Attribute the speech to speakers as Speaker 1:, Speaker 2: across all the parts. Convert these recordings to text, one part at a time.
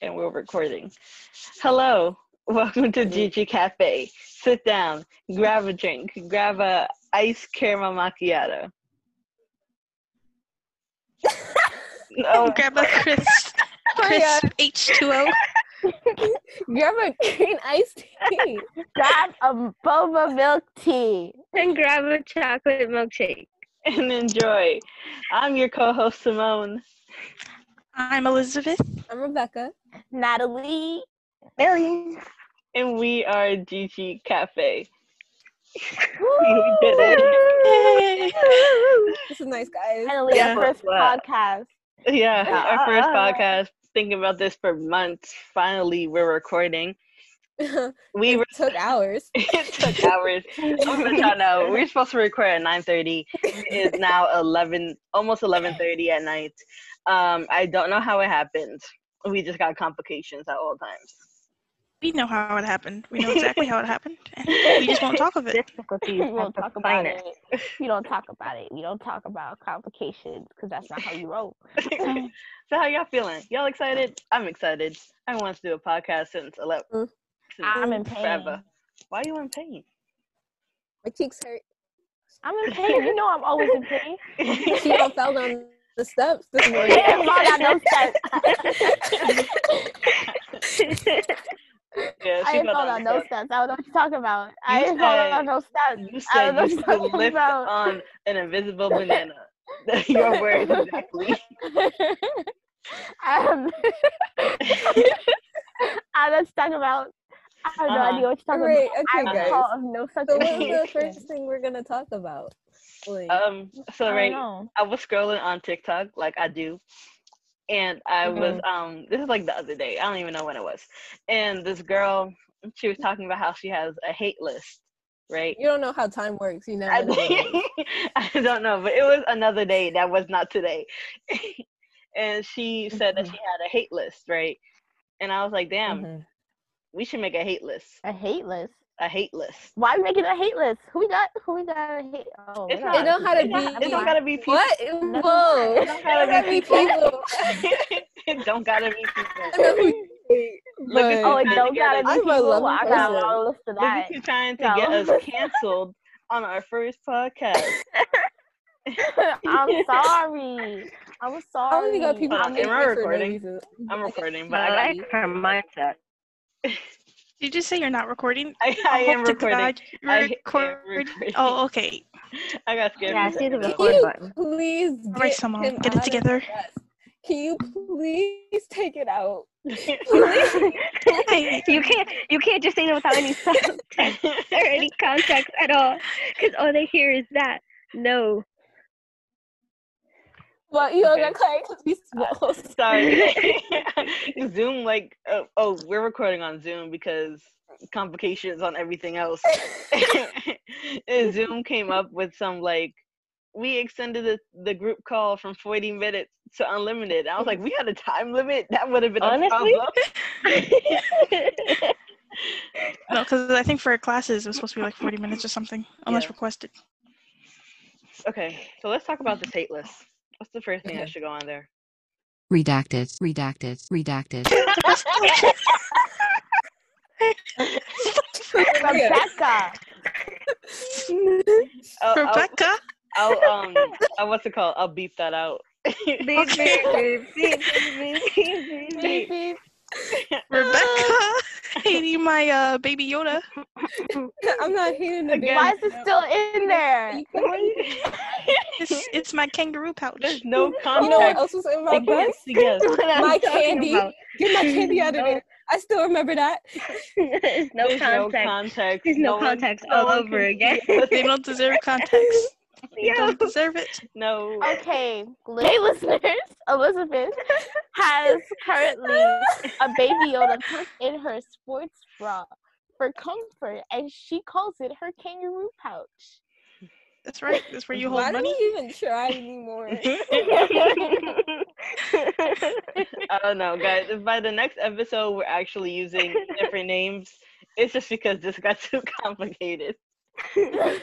Speaker 1: and we're recording. Hello, welcome to Gigi Cafe. Sit down, grab a drink, grab a ice caramel macchiato. oh,
Speaker 2: Grab a crisp,
Speaker 3: Hurry up.
Speaker 2: crisp H2O.
Speaker 3: Grab a green iced tea.
Speaker 4: grab a boba milk tea.
Speaker 5: and grab a chocolate milkshake.
Speaker 1: and enjoy. I'm your co-host Simone.
Speaker 2: I'm Elizabeth.
Speaker 3: I'm Rebecca.
Speaker 4: Natalie.
Speaker 1: Ellie. And we are Gigi Cafe. we did it.
Speaker 2: Yay.
Speaker 3: This is nice, guys.
Speaker 4: Natalie,
Speaker 2: Yeah.
Speaker 4: our first
Speaker 1: Wow.
Speaker 4: podcast.
Speaker 1: Yeah, our first
Speaker 4: Yeah.
Speaker 1: podcast. Thinking about this for months. Finally, we're recording.
Speaker 3: it
Speaker 1: We were
Speaker 3: took hours.
Speaker 1: it took hours. Oh I'm gonna let y'all know. We were supposed to record at 9:30. It is now 11, almost 11:30 at night. Um, I don't know how it happened. We just got complications at all times.
Speaker 2: We know how it happened. We know exactly how it happened. And we just won't talk of it.
Speaker 4: We
Speaker 1: Difficulties.
Speaker 4: won't talk about it. We don't talk about it. We don't talk about complications because that's not how you roll.
Speaker 1: so how y'all feeling? Y'all excited? I'm excited. I want to do a podcast since 11.
Speaker 3: Mm.
Speaker 1: Since
Speaker 4: I'm in pain.
Speaker 1: forever. Why you in pain?
Speaker 3: My cheeks hurt.
Speaker 4: I'm in pain. You know I'm always in pain.
Speaker 3: She all fell down the steps this morning.
Speaker 4: Yeah, fall down those steps.
Speaker 1: yeah,
Speaker 4: I
Speaker 1: she
Speaker 4: didn't fall down
Speaker 1: the
Speaker 4: those
Speaker 1: steps.
Speaker 4: steps. I don't know what you're talking about. I
Speaker 1: You
Speaker 4: didn't fall
Speaker 1: said-
Speaker 4: down those steps.
Speaker 1: You
Speaker 4: I don't
Speaker 1: said
Speaker 4: know
Speaker 1: you
Speaker 4: what you're
Speaker 1: could
Speaker 4: talking
Speaker 1: lift
Speaker 4: about.
Speaker 1: on an invisible banana. Your words exactly.
Speaker 4: um, I was talking about. I have no
Speaker 1: Uh-huh.
Speaker 4: idea what you're talking
Speaker 3: Right,
Speaker 4: about.
Speaker 3: okay,
Speaker 4: I
Speaker 1: guys.
Speaker 4: recall of no such
Speaker 3: So what
Speaker 4: thing.
Speaker 3: was the first thing we're gonna talk about? Like,
Speaker 1: Um,
Speaker 4: I
Speaker 1: so
Speaker 4: don't
Speaker 1: right,
Speaker 4: know.
Speaker 1: I was scrolling on TikTok like I do, and I was um this is like the other day. I don't even know when it was. And this girl, she was talking about how she has a hate list, right?
Speaker 3: you don't know how time works. You never know.
Speaker 1: I, I don't know, but it was another day that was not today. and she said that she had a hate list, right? And I was like, damn,
Speaker 3: Mhm.
Speaker 1: we should make a hate list.
Speaker 4: A hate list.
Speaker 1: A hate list.
Speaker 4: Why are we making a hate list? Who we got? Who we got? A hate? Oh, we
Speaker 1: It's
Speaker 4: got-
Speaker 1: not-
Speaker 3: It don't have to
Speaker 1: It don't,
Speaker 3: be.
Speaker 1: it don't gotta be people.
Speaker 3: what? Whoa!
Speaker 1: It don't gotta be people.
Speaker 3: people.
Speaker 1: it don't gotta be
Speaker 3: I
Speaker 1: people.
Speaker 3: know who you hate,
Speaker 1: Look at-
Speaker 4: Oh,
Speaker 3: but-
Speaker 4: it don't gotta
Speaker 3: I'm
Speaker 4: be
Speaker 3: a
Speaker 4: people.
Speaker 3: lovely
Speaker 4: I got
Speaker 3: person.
Speaker 4: a long list of
Speaker 1: Look
Speaker 4: that.
Speaker 1: at you trying to
Speaker 4: No.
Speaker 1: get us canceled on our first podcast.
Speaker 4: I'm sorry. I'm sorry.
Speaker 3: I only got people
Speaker 1: Uh,
Speaker 3: that hate
Speaker 1: am I
Speaker 3: me for no
Speaker 1: recording?
Speaker 3: reason.
Speaker 1: I'm recording, but
Speaker 5: But I
Speaker 1: I, got,
Speaker 5: like her mindset.
Speaker 2: Did you just say you're not recording?
Speaker 1: I, I
Speaker 2: hope
Speaker 1: am
Speaker 2: to
Speaker 1: recording.
Speaker 2: God you're
Speaker 1: I am
Speaker 2: recording.
Speaker 1: recording.
Speaker 2: Oh, okay.
Speaker 1: I got scared.
Speaker 5: Yeah,
Speaker 1: for
Speaker 5: I
Speaker 1: a
Speaker 5: see the
Speaker 1: second.
Speaker 3: Can
Speaker 5: record
Speaker 3: you
Speaker 5: button.
Speaker 3: please
Speaker 2: All right,
Speaker 3: get
Speaker 2: Simone,
Speaker 3: him
Speaker 2: get
Speaker 3: out
Speaker 2: it
Speaker 3: of
Speaker 2: together.
Speaker 3: this? Can you please take it out?
Speaker 2: Hey,
Speaker 5: You can't you can't just say that without any subtext or any context at all, because all they hear is that. No,
Speaker 3: Well, you don't
Speaker 1: Okay.
Speaker 3: get clarity because we small.
Speaker 1: Sorry. Zoom, like, oh, oh, we're recording on Zoom because complications on everything else. And Zoom came up with some, like, we extended the, the group call from 40 minutes to unlimited. I was like, we had a time limit? That would have been
Speaker 5: Honestly?
Speaker 1: a
Speaker 2: no, because I think for classes it was supposed to be like 40 minutes or something, unless
Speaker 1: Yeah.
Speaker 2: requested.
Speaker 1: problem. okay, so let's talk about this hate list. What's the first thing that
Speaker 3: Okay.
Speaker 1: should go on there?
Speaker 6: Redacted, redacted, redacted.
Speaker 4: Rebecca.
Speaker 1: I'll, I'll-
Speaker 2: Rebecca,
Speaker 1: I'll, um, i what's it called? I'll beep that out.
Speaker 3: Beep, beep.
Speaker 2: Rebecca, hating my uh, baby Yoda.
Speaker 3: I'm not hating the
Speaker 1: Again.
Speaker 4: Why is it still in there?
Speaker 3: You know
Speaker 2: It's, it's my kangaroo pouch.
Speaker 1: There's no context.
Speaker 3: what else was in my
Speaker 1: It
Speaker 3: bag?
Speaker 1: goes together.
Speaker 3: My candy. Get my candy out of there. I still remember that.
Speaker 5: There's no
Speaker 1: There's no
Speaker 5: context.
Speaker 1: context.
Speaker 5: There's no
Speaker 1: one-
Speaker 5: context
Speaker 1: no
Speaker 5: all
Speaker 1: one
Speaker 5: over
Speaker 1: can-
Speaker 5: again.
Speaker 2: They don't deserve context. They
Speaker 5: Yo.
Speaker 2: don't deserve it.
Speaker 1: No.
Speaker 4: Okay, li- hey listeners, Elizabeth has currently a baby Yoda tucked in her sports bra for comfort, and she calls it her kangaroo pouch.
Speaker 2: That's right. That's where you hold
Speaker 3: Why do
Speaker 2: money.
Speaker 3: we even try anymore?
Speaker 1: I don't know, guys. If By the next episode, we're actually using different names. It's just because this got too complicated.
Speaker 5: We're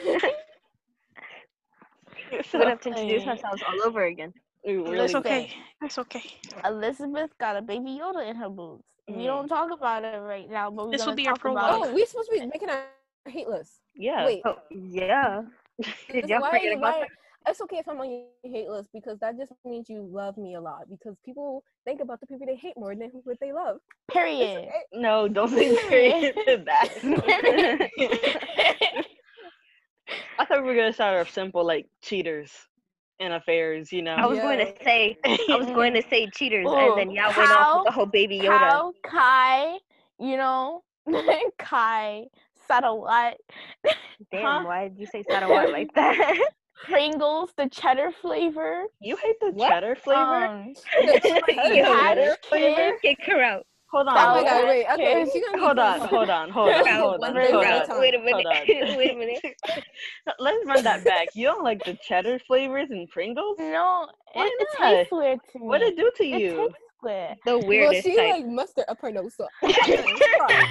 Speaker 1: So,
Speaker 5: gonna have to introduce ourselves all over again.
Speaker 1: We really
Speaker 2: It's
Speaker 4: Listen.
Speaker 2: okay. It's okay.
Speaker 4: Elizabeth got a baby Yoda in her boobs. We
Speaker 1: Mm.
Speaker 4: don't talk about it right now, but we're
Speaker 2: This will
Speaker 4: gonna
Speaker 2: be your
Speaker 4: talk about
Speaker 3: Oh,
Speaker 2: prologue.
Speaker 4: it.
Speaker 3: we supposed to be making our hate list.
Speaker 1: yeah.
Speaker 3: Wait,
Speaker 5: Oh, yeah. Did
Speaker 3: Just
Speaker 5: y'all
Speaker 3: why-
Speaker 5: forget about
Speaker 3: why-
Speaker 5: that?
Speaker 3: it's okay if I'm on your hate list because that just means you love me a lot. Because people think about the people they hate more than what they love. It's
Speaker 4: Period.
Speaker 3: okay.
Speaker 1: No, don't say period to that. I thought we were gonna start off simple, like cheaters and affairs. You know.
Speaker 5: I was going to
Speaker 3: Yeah.
Speaker 5: say, I was going to say cheaters,
Speaker 4: Ooh,
Speaker 5: and then y'all went off
Speaker 4: how-
Speaker 5: with the whole baby Yoda.
Speaker 4: How Kai, you know, Kai said a lot.
Speaker 5: Damn,
Speaker 1: Huh?
Speaker 5: why did you say Sarawak like that?
Speaker 4: Pringles, the cheddar flavor.
Speaker 1: you hate the cheddar flavor.
Speaker 4: Um,
Speaker 5: Yo,
Speaker 4: Patty
Speaker 1: flavor?
Speaker 4: Kids,
Speaker 5: Kick her out.
Speaker 1: hold on.
Speaker 3: Oh my
Speaker 1: hold
Speaker 3: god,
Speaker 1: on,
Speaker 3: wait, okay. She gonna
Speaker 1: Hold on,
Speaker 3: keep doing
Speaker 1: hold on, hold on, hold
Speaker 5: Wow.
Speaker 1: on,
Speaker 3: One
Speaker 1: hold
Speaker 3: thing at a
Speaker 1: on.
Speaker 3: time.
Speaker 5: Wait a
Speaker 1: Hold
Speaker 5: minute.
Speaker 1: on.
Speaker 5: Wait a minute.
Speaker 1: Let's run that back. You don't like the cheddar flavors in Pringles?
Speaker 4: no,
Speaker 1: Why
Speaker 4: it, it
Speaker 1: not?
Speaker 4: tastes weird to me.
Speaker 1: What did it do to
Speaker 4: It
Speaker 1: you?
Speaker 4: tastes weird.
Speaker 5: The
Speaker 3: well,
Speaker 5: weirdest
Speaker 3: she
Speaker 5: type.
Speaker 3: like mustered up her nose. So I'm sorry.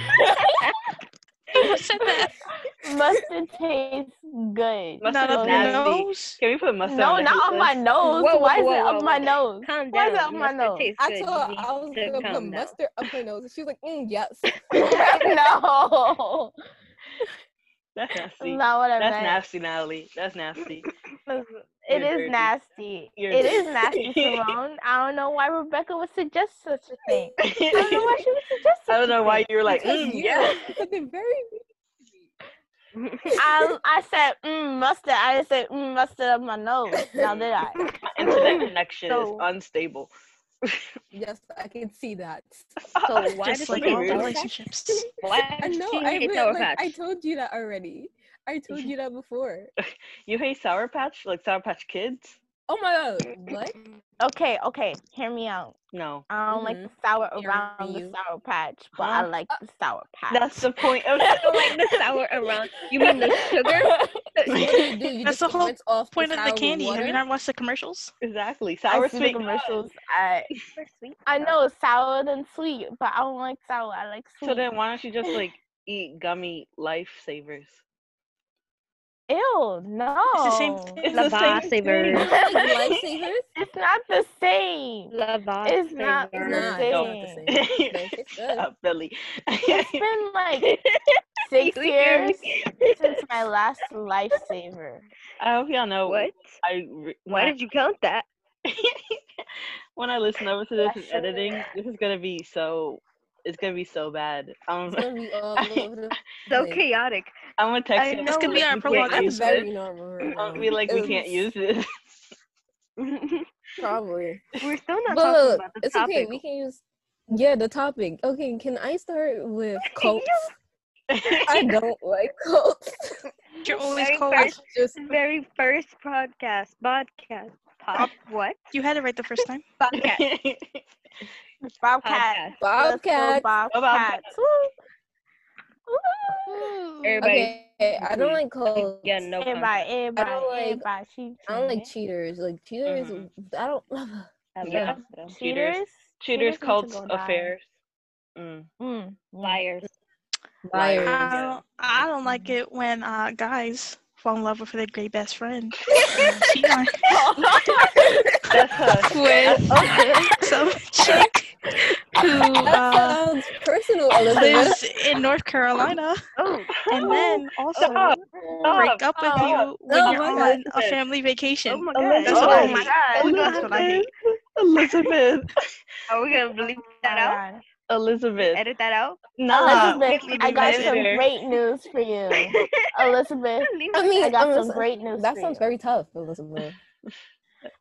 Speaker 2: Who said that?
Speaker 4: Mustard tastes good.
Speaker 1: Mustard
Speaker 2: Not
Speaker 1: is
Speaker 2: up your
Speaker 1: nasty.
Speaker 2: nose.
Speaker 1: Can we put mustard?
Speaker 4: no,
Speaker 1: the
Speaker 4: not
Speaker 1: pizza?
Speaker 4: on my nose.
Speaker 5: Whoa,
Speaker 4: Why is it
Speaker 5: whoa, whoa,
Speaker 4: up my
Speaker 5: whoa.
Speaker 4: nose?
Speaker 5: Calm
Speaker 4: Why
Speaker 5: down.
Speaker 4: is it up my
Speaker 5: Mustard
Speaker 4: nose?
Speaker 5: tastes
Speaker 3: I
Speaker 5: good.
Speaker 3: told
Speaker 5: You
Speaker 3: her
Speaker 5: need
Speaker 3: I was
Speaker 5: to
Speaker 3: gonna put
Speaker 5: calm down.
Speaker 3: mustard up her nose, and she was like, mm, "Yes."
Speaker 4: no,
Speaker 1: That's nasty.
Speaker 4: not what I
Speaker 1: That's
Speaker 4: meant.
Speaker 1: nasty, Natalie. That's nasty.
Speaker 4: Listen,
Speaker 1: You're
Speaker 4: It is
Speaker 1: dirty.
Speaker 4: nasty.
Speaker 1: You're
Speaker 4: it is
Speaker 1: dirty.
Speaker 4: nasty, Simone. I don't know why Rebecca would suggest such a thing. I don't know why she would suggest such
Speaker 1: I don't know
Speaker 4: a
Speaker 1: why
Speaker 4: thing.
Speaker 1: you were like,
Speaker 3: Because
Speaker 1: mm,
Speaker 3: you-
Speaker 1: yeah.
Speaker 3: because they're very.
Speaker 4: I, I said, mm, mustard. I didn't say, mm, mustard up my nose. Now did I?
Speaker 1: Internet connection is
Speaker 5: So-
Speaker 1: unstable.
Speaker 3: Yes, I can see that.
Speaker 5: So why
Speaker 2: Just
Speaker 5: does
Speaker 2: like
Speaker 5: she
Speaker 2: all
Speaker 5: hate Sarawak?
Speaker 2: relationships.
Speaker 5: Why
Speaker 3: I
Speaker 5: does
Speaker 3: know.
Speaker 5: she
Speaker 3: I
Speaker 5: hate
Speaker 3: really,
Speaker 5: Sour
Speaker 3: like, I
Speaker 5: Patch?
Speaker 3: told you that already. I told you that before.
Speaker 1: You hate Sour Patch? Like Sour Patch Kids?
Speaker 3: Oh my god, what?
Speaker 4: Okay, okay. Hear me out.
Speaker 1: No.
Speaker 4: I don't like
Speaker 3: Mhm.
Speaker 4: the sour
Speaker 3: Hearing
Speaker 4: around the
Speaker 3: you.
Speaker 4: sour patch, but I
Speaker 1: Huh?
Speaker 4: like the sour patch.
Speaker 1: That's the point of
Speaker 5: I don't like the sour around. You mean the sugar?
Speaker 3: What do you do? You
Speaker 2: That's
Speaker 3: just
Speaker 2: the whole
Speaker 3: rinse off
Speaker 2: Point of the
Speaker 3: sour
Speaker 2: candy. Have
Speaker 3: water?
Speaker 2: you not watched the commercials?
Speaker 1: exactly
Speaker 4: I
Speaker 1: sour
Speaker 4: see the
Speaker 1: sweet.
Speaker 4: commercials. I
Speaker 5: Sweet.
Speaker 4: I know it's sour than sweet, but I don't like sour. I like sweet.
Speaker 1: So then, why don't you just like eat gummy lifesavers?
Speaker 4: Ew, no.
Speaker 2: It's the same thing.
Speaker 1: It's
Speaker 5: La
Speaker 1: the same
Speaker 5: Boss
Speaker 1: thing.
Speaker 5: Savers.
Speaker 3: Like lifesavers?
Speaker 4: It's not the same.
Speaker 5: Lava.
Speaker 4: It's not the
Speaker 3: It's not, it's not the
Speaker 4: same.
Speaker 3: same. But it's
Speaker 1: Shut
Speaker 3: good.
Speaker 1: up, Billy.
Speaker 4: It's been like six years since my last lifesaver.
Speaker 1: I hope y'all know
Speaker 5: What?
Speaker 1: I re-
Speaker 5: Why did you count that?
Speaker 1: when I listen over to this in
Speaker 4: Bless you.
Speaker 1: editing, this is gonna be so. It's gonna be so bad. I'm.
Speaker 3: It's gonna be all over the
Speaker 5: So
Speaker 3: place.
Speaker 5: chaotic.
Speaker 1: I'm gonna text
Speaker 5: I
Speaker 1: you.
Speaker 5: know
Speaker 2: This could be
Speaker 5: it.
Speaker 2: our
Speaker 1: We can't
Speaker 2: prologue
Speaker 1: use
Speaker 2: episode.
Speaker 1: this.
Speaker 3: Very normal. right
Speaker 1: Oh, I'll
Speaker 3: now.
Speaker 1: be like, we
Speaker 3: It
Speaker 1: can't
Speaker 3: was
Speaker 1: use this.
Speaker 5: We're
Speaker 3: Probably.
Speaker 5: still not
Speaker 3: But
Speaker 5: talking
Speaker 3: look,
Speaker 5: about the
Speaker 3: it's
Speaker 5: topic.
Speaker 3: okay. We can use. Yeah, the topic. Okay, can I start with cults? I don't like cults.
Speaker 2: You're always
Speaker 5: Very
Speaker 2: cold.
Speaker 5: first-
Speaker 3: Just
Speaker 5: Very first podcast. Podcast. Pod, what?
Speaker 2: You had it right the first time.
Speaker 5: Podcast.
Speaker 4: Bobcat.
Speaker 5: Podcast.
Speaker 4: Let's go
Speaker 3: Bobcat.
Speaker 4: Bobcat.
Speaker 1: Bobcats.
Speaker 5: Everybody.
Speaker 3: Okay, I don't like cults.
Speaker 5: Yeah, no.
Speaker 4: Everybody,
Speaker 5: concept.
Speaker 4: everybody,
Speaker 3: like-
Speaker 4: everybody. She
Speaker 3: I don't like
Speaker 4: cheated.
Speaker 3: cheaters. Like cheaters,
Speaker 1: Mhm.
Speaker 5: Mm-hmm.
Speaker 3: I don't.
Speaker 5: I love
Speaker 1: Yeah.
Speaker 3: um,
Speaker 5: them.
Speaker 1: cheaters.
Speaker 4: Cheaters?
Speaker 1: Cheaters,
Speaker 4: need to
Speaker 1: cults,
Speaker 4: go down.
Speaker 1: affairs. Mm.
Speaker 4: Mm.
Speaker 3: hmm,
Speaker 5: Liars.
Speaker 1: Liars.
Speaker 3: Liars.
Speaker 2: I don't, Uh, I don't like it when uh, guys fall in love with their great best friend. Cheat on
Speaker 1: That's us.
Speaker 2: with some chick who
Speaker 3: That
Speaker 2: uh,
Speaker 3: sounds um, personal, Elizabeth.
Speaker 2: lives in North Carolina,
Speaker 5: Oh,
Speaker 2: and then also
Speaker 1: Stop.
Speaker 2: break up with
Speaker 4: Oh.
Speaker 2: you when
Speaker 3: Oh
Speaker 2: you're
Speaker 3: my
Speaker 2: on a
Speaker 1: goodness.
Speaker 2: family vacation.
Speaker 5: oh my
Speaker 4: Elizabeth.
Speaker 5: god.
Speaker 2: That's what
Speaker 1: Oh
Speaker 2: I
Speaker 1: my
Speaker 2: hate.
Speaker 4: God.
Speaker 2: That's what I hate.
Speaker 1: Elizabeth.
Speaker 5: Are we gonna bleep that out?
Speaker 4: God.
Speaker 1: Elizabeth.
Speaker 5: Edit that out?
Speaker 1: Nah.
Speaker 4: Elizabeth,
Speaker 1: we can
Speaker 4: I
Speaker 1: do
Speaker 4: got
Speaker 1: that
Speaker 4: some
Speaker 1: later.
Speaker 4: great news for you. Elizabeth,
Speaker 5: Leave
Speaker 3: I mean,
Speaker 4: I got
Speaker 3: unless-
Speaker 4: some great news
Speaker 3: That
Speaker 4: for
Speaker 3: sounds
Speaker 4: you.
Speaker 3: very tough, Elizabeth.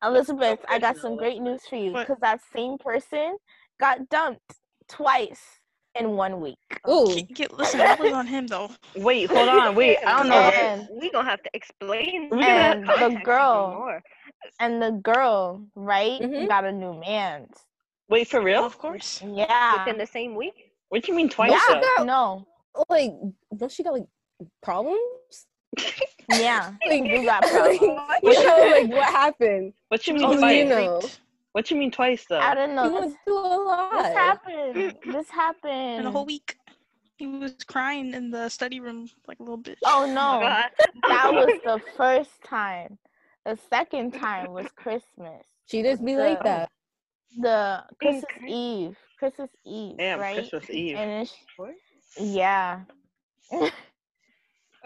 Speaker 4: Elizabeth, I got
Speaker 1: personal,
Speaker 4: some great news for you
Speaker 2: What?
Speaker 4: because that same person got dumped twice in one week.
Speaker 3: Ooh,
Speaker 2: Ki- ki- Listen, that was on him though.
Speaker 1: Wait, hold on. Wait, I don't know.
Speaker 4: Yeah.
Speaker 1: where-
Speaker 4: And-
Speaker 5: we gonna have to explain.
Speaker 1: We gonna have
Speaker 4: and
Speaker 5: that
Speaker 4: the
Speaker 5: context even
Speaker 4: girl-
Speaker 5: more.
Speaker 4: And the girl, right,
Speaker 3: Mhm.
Speaker 4: got a new man.
Speaker 1: Wait, for real?
Speaker 2: Of course.
Speaker 4: Yeah.
Speaker 5: within the same week.
Speaker 1: What do you mean twice?
Speaker 4: yeah.
Speaker 1: though?
Speaker 4: No.
Speaker 3: oh, like, don't she got like problems?
Speaker 4: Yeah.
Speaker 3: Like,
Speaker 4: You got
Speaker 3: like,
Speaker 4: problems.
Speaker 3: you know, like what happened?
Speaker 1: What you
Speaker 3: Oh,
Speaker 1: mean twice?
Speaker 3: you know.
Speaker 1: What you mean twice though?
Speaker 4: I don't
Speaker 3: She
Speaker 4: know.
Speaker 3: went
Speaker 4: This,
Speaker 3: through a
Speaker 4: this
Speaker 3: lot.
Speaker 4: happened. This happened.
Speaker 2: And a whole week, he was crying in the study room like a little bitch.
Speaker 4: Oh no.
Speaker 5: God.
Speaker 4: That was the first time. The second time was Christmas.
Speaker 3: She just be like
Speaker 4: So-
Speaker 3: that.
Speaker 4: The Christmas
Speaker 5: Okay.
Speaker 4: Eve, Christmas Eve,
Speaker 1: Damn,
Speaker 4: right?
Speaker 1: Christmas Eve.
Speaker 4: And it's,
Speaker 1: What?
Speaker 4: yeah,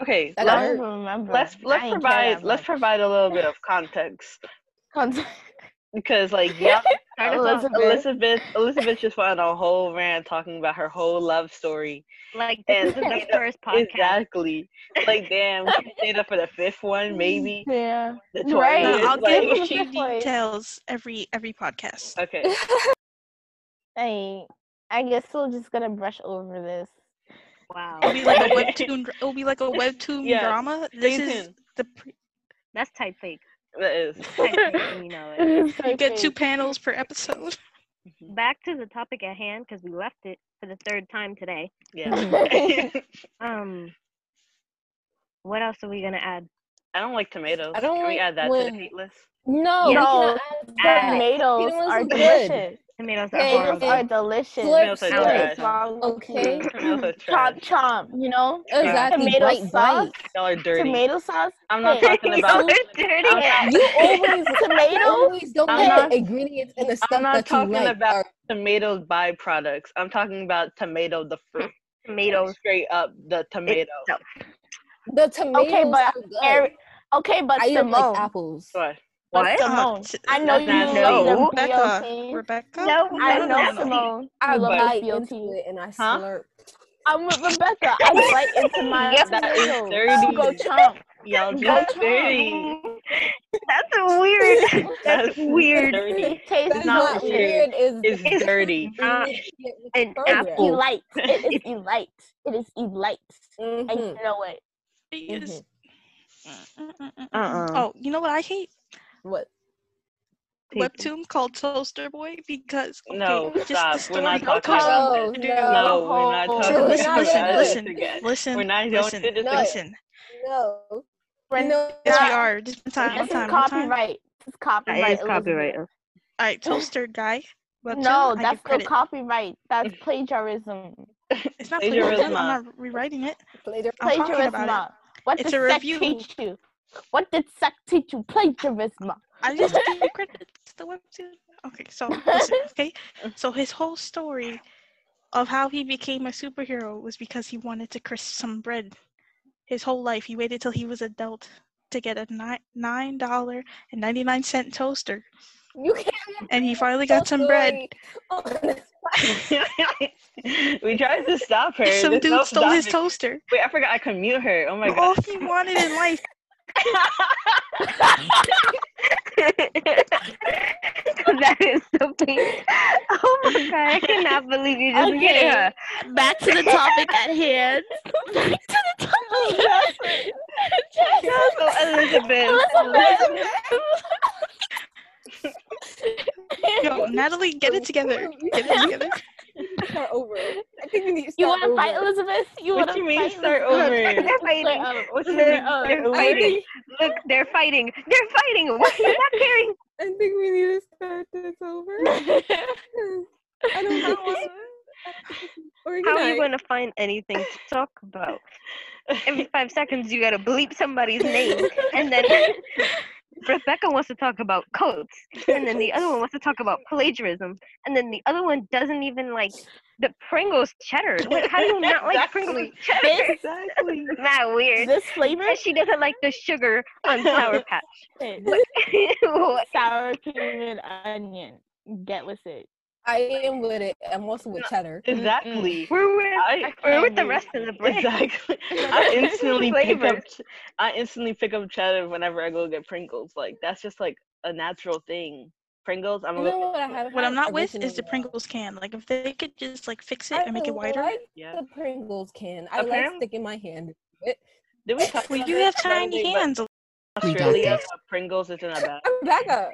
Speaker 1: Okay,
Speaker 3: That
Speaker 4: I
Speaker 1: let's
Speaker 4: don't
Speaker 3: hurt.
Speaker 4: remember.
Speaker 1: let's,
Speaker 4: I
Speaker 1: let's
Speaker 4: didn't care
Speaker 1: provide
Speaker 4: that
Speaker 1: let's
Speaker 4: much.
Speaker 1: provide a little bit of context
Speaker 4: Context.
Speaker 1: because like yeah,
Speaker 4: Turn us off. Elizabeth.
Speaker 1: Elizabeth Elizabeth just went on a whole rant talking about her whole love story.
Speaker 5: Like this is the
Speaker 1: And-
Speaker 5: best first podcast.
Speaker 1: Exactly. Like damn, she stayed up for the fifth one, maybe
Speaker 4: Yeah.
Speaker 1: the
Speaker 4: Right.
Speaker 2: No,
Speaker 1: twentieth.
Speaker 2: I'll
Speaker 1: like,
Speaker 2: give you
Speaker 4: Like-
Speaker 2: details every every podcast.
Speaker 1: okay.
Speaker 4: I I guess we're just gonna brush over this.
Speaker 5: Wow,
Speaker 2: It'll be like a webtoon. dr- It'll be like a webtoon
Speaker 1: Yeah,
Speaker 2: drama.
Speaker 1: Stay
Speaker 2: This is
Speaker 1: tuned.
Speaker 2: the pre-
Speaker 5: that's type fake.
Speaker 1: That is.
Speaker 5: Type fake, we know it.
Speaker 2: you
Speaker 4: you
Speaker 2: get two panels per episode.
Speaker 5: Back to the topic at hand because we left it for the third time today.
Speaker 1: Yeah.
Speaker 5: Um, what else are we gonna add?
Speaker 1: I don't like tomatoes.
Speaker 3: I don't
Speaker 1: Can we
Speaker 3: like
Speaker 1: add that to
Speaker 3: when-
Speaker 1: the hate list?
Speaker 3: No,
Speaker 5: Yeah.
Speaker 3: no.
Speaker 4: No, tomatoes
Speaker 3: Tomatoes
Speaker 4: are
Speaker 3: are good.
Speaker 4: delicious.
Speaker 5: Tomatoes are
Speaker 3: Hey,
Speaker 5: horrible.
Speaker 4: Are delicious.
Speaker 3: Slurp,
Speaker 1: Tomatoes are
Speaker 3: slurp.
Speaker 1: trash.
Speaker 4: Nothing's wrong with
Speaker 3: Okay.
Speaker 4: you.
Speaker 1: Tomatoes are trash.
Speaker 4: Chomp chomp. You know,
Speaker 3: Exactly.
Speaker 4: Tomato
Speaker 3: bite,
Speaker 4: sauce?
Speaker 3: bite.
Speaker 1: Y'all are dirty.
Speaker 4: tomato sauce.
Speaker 1: I'm not
Speaker 4: Hey,
Speaker 1: talking
Speaker 5: Y'all
Speaker 1: about.
Speaker 5: are dirty.
Speaker 1: I'm
Speaker 4: Yeah.
Speaker 1: not,
Speaker 3: You always
Speaker 4: Tomatoes?
Speaker 3: You always don't
Speaker 1: I'm
Speaker 3: like
Speaker 1: not-
Speaker 3: the ingredients and the stuff
Speaker 1: I'm not
Speaker 3: that you
Speaker 1: talking
Speaker 3: like.
Speaker 1: about
Speaker 3: are-
Speaker 1: tomato byproducts. I'm talking about tomato the fruit.
Speaker 5: Tomatoes.
Speaker 1: Straight up the tomato.
Speaker 5: itself.
Speaker 3: the tomatoes
Speaker 4: but
Speaker 3: are good.
Speaker 4: Eric- Okay, but
Speaker 3: I
Speaker 4: Simone.
Speaker 3: don't like apples.
Speaker 1: What?
Speaker 4: but
Speaker 5: What?
Speaker 4: Simone.
Speaker 2: Uh, t-
Speaker 4: I know
Speaker 1: that's
Speaker 4: you
Speaker 1: not
Speaker 4: love
Speaker 5: no.
Speaker 4: the
Speaker 2: Rebecca.
Speaker 4: BLT.
Speaker 2: Rebecca.
Speaker 5: No,
Speaker 4: I
Speaker 5: no,
Speaker 4: know
Speaker 5: no.
Speaker 4: Simone.
Speaker 3: I
Speaker 4: You love
Speaker 3: bite
Speaker 4: the
Speaker 3: into
Speaker 4: BLT.
Speaker 3: it and I
Speaker 1: Huh?
Speaker 3: slurp.
Speaker 4: I'm with Rebecca. I bite into my
Speaker 5: Yep.
Speaker 1: That is
Speaker 4: tomato.
Speaker 1: dirty.
Speaker 4: Go chomp.
Speaker 1: Y'all
Speaker 4: Go
Speaker 1: just dirty.
Speaker 4: chomp.
Speaker 5: That's weird. That's weird.
Speaker 1: Dirty.
Speaker 4: It tastes
Speaker 3: That's
Speaker 1: not
Speaker 3: not
Speaker 4: delicious.
Speaker 1: weird.
Speaker 3: weird. Is
Speaker 1: It's dirty.
Speaker 5: not Uh, an apple.
Speaker 4: Elite. It is elite. It is elite. I
Speaker 3: Mm-hmm.
Speaker 4: know it.
Speaker 2: Yes.
Speaker 1: Mm-hmm.
Speaker 5: Uh-uh.
Speaker 2: Oh, you know what I hate?
Speaker 3: What?
Speaker 2: Webtoon called Toaster Boy because okay,
Speaker 1: No,
Speaker 2: just
Speaker 1: stop.
Speaker 2: the
Speaker 1: We're
Speaker 2: story
Speaker 1: not
Speaker 2: goes-
Speaker 1: talking about
Speaker 3: No,
Speaker 1: this.
Speaker 2: Dude,
Speaker 3: no,
Speaker 1: No, we're not
Speaker 4: Oh.
Speaker 1: talking
Speaker 3: Listen,
Speaker 1: about
Speaker 3: listen,
Speaker 1: this
Speaker 3: listen.
Speaker 1: again.
Speaker 2: Listen,
Speaker 1: We're not
Speaker 2: listen,
Speaker 1: doing this
Speaker 3: no.
Speaker 1: again.
Speaker 2: listen.
Speaker 3: no.
Speaker 4: Friend-
Speaker 3: No.
Speaker 2: Yes, we
Speaker 4: Yeah.
Speaker 2: are. Just one time,
Speaker 4: This
Speaker 2: one
Speaker 4: is
Speaker 2: time, one time. All
Speaker 4: copyright. This is copyright.
Speaker 5: That is
Speaker 4: Elizabeth.
Speaker 5: copyright.
Speaker 2: right, Toaster guy. Webtoon,
Speaker 4: No,
Speaker 2: I give
Speaker 4: that's still
Speaker 2: credit.
Speaker 4: copyright. That's plagiarism.
Speaker 2: It's not
Speaker 1: Plagiarism.
Speaker 2: plagiarism. I'm not rewriting it.
Speaker 3: Plagiarism.
Speaker 2: I'm talking about
Speaker 4: Plagiarism.
Speaker 2: it.
Speaker 4: What
Speaker 2: It's
Speaker 4: did
Speaker 2: a
Speaker 4: sex
Speaker 2: review.
Speaker 4: teach you? What did sex teach you? Plagiarism.
Speaker 2: I just give credit to the webtoon. Okay, so listen, okay, so his whole story of how he became a superhero was because he wanted to crisp some bread. His whole life, he waited till he was adult to get a ni- nine dollar and ninety nine cent toaster,
Speaker 3: You can't
Speaker 2: and he finally
Speaker 3: tell
Speaker 2: got some bread.
Speaker 3: story on this
Speaker 1: we tried to stop her.
Speaker 2: Some
Speaker 1: There's
Speaker 2: dude
Speaker 1: no
Speaker 2: stole his
Speaker 1: stopping.
Speaker 2: toaster.
Speaker 1: Wait, I forgot I could mute her. Oh my
Speaker 2: All
Speaker 1: god.
Speaker 2: he wanted in life.
Speaker 5: that is something. Oh my god, I cannot believe you just
Speaker 4: Okay.
Speaker 5: hit her.
Speaker 4: Back to the topic at hand. Back to the topic.
Speaker 5: So Elizabeth,
Speaker 4: Elizabeth.
Speaker 2: Yo, Natalie, get it together. Get it together.
Speaker 3: Start over. I think we need to
Speaker 4: You
Speaker 3: start
Speaker 4: want to fight
Speaker 3: over.
Speaker 4: Elizabeth? You
Speaker 1: What
Speaker 4: want
Speaker 1: you
Speaker 4: to
Speaker 1: mean
Speaker 4: fight
Speaker 1: start
Speaker 4: Elizabeth? um,
Speaker 1: over?
Speaker 5: they're fighting.
Speaker 4: Start
Speaker 5: What you
Speaker 4: over.
Speaker 5: mean?
Speaker 4: Start
Speaker 5: They're
Speaker 4: over.
Speaker 5: fighting. Look, they're fighting. They're fighting. Why are you not caring?
Speaker 3: I think we need to start this over. I don't know.
Speaker 2: How-
Speaker 5: How are you going to find anything to talk about? Every five seconds, you gotta bleep somebody's name, and then Rebecca wants to talk about coats, and then the other one wants to talk about plagiarism, and then the other one doesn't even like the Pringles cheddar. Like, how do you not like Pringles
Speaker 1: Exactly.
Speaker 5: cheddar?
Speaker 4: This,
Speaker 1: exactly.
Speaker 5: That
Speaker 2: um,
Speaker 5: weird.
Speaker 4: this flavor?
Speaker 5: And she doesn't like the sugar on Sour Patch. What?
Speaker 4: Sour cream and onion. Get with it.
Speaker 3: I am with it. I'm also with cheddar.
Speaker 1: Exactly.
Speaker 5: we're with,
Speaker 1: I
Speaker 5: we're with the
Speaker 4: can't
Speaker 5: rest of the brand.
Speaker 1: exactly. I instantly pick up.
Speaker 5: Flavors.
Speaker 1: ch- I instantly pick up cheddar whenever I go get Pringles. Like that's just like a natural thing. Pringles. I'm a
Speaker 3: You know
Speaker 1: little.
Speaker 3: what I haven't
Speaker 2: What I'm
Speaker 3: had
Speaker 2: not with is the
Speaker 3: originally?
Speaker 2: Pringles can. Like if they could just like fix it
Speaker 3: I
Speaker 2: and make it wider.
Speaker 3: like
Speaker 1: Yeah.
Speaker 3: the Pringles can. I like
Speaker 1: Apparently-
Speaker 3: sticking my hand. in it.
Speaker 1: Did we talk?
Speaker 2: We
Speaker 1: about
Speaker 2: do
Speaker 1: this
Speaker 2: have
Speaker 1: the other
Speaker 2: tiny
Speaker 1: day, but
Speaker 2: hands.
Speaker 1: Australia uh,
Speaker 6: Redacted.
Speaker 1: Pringles is in a bag.
Speaker 3: I'm back up.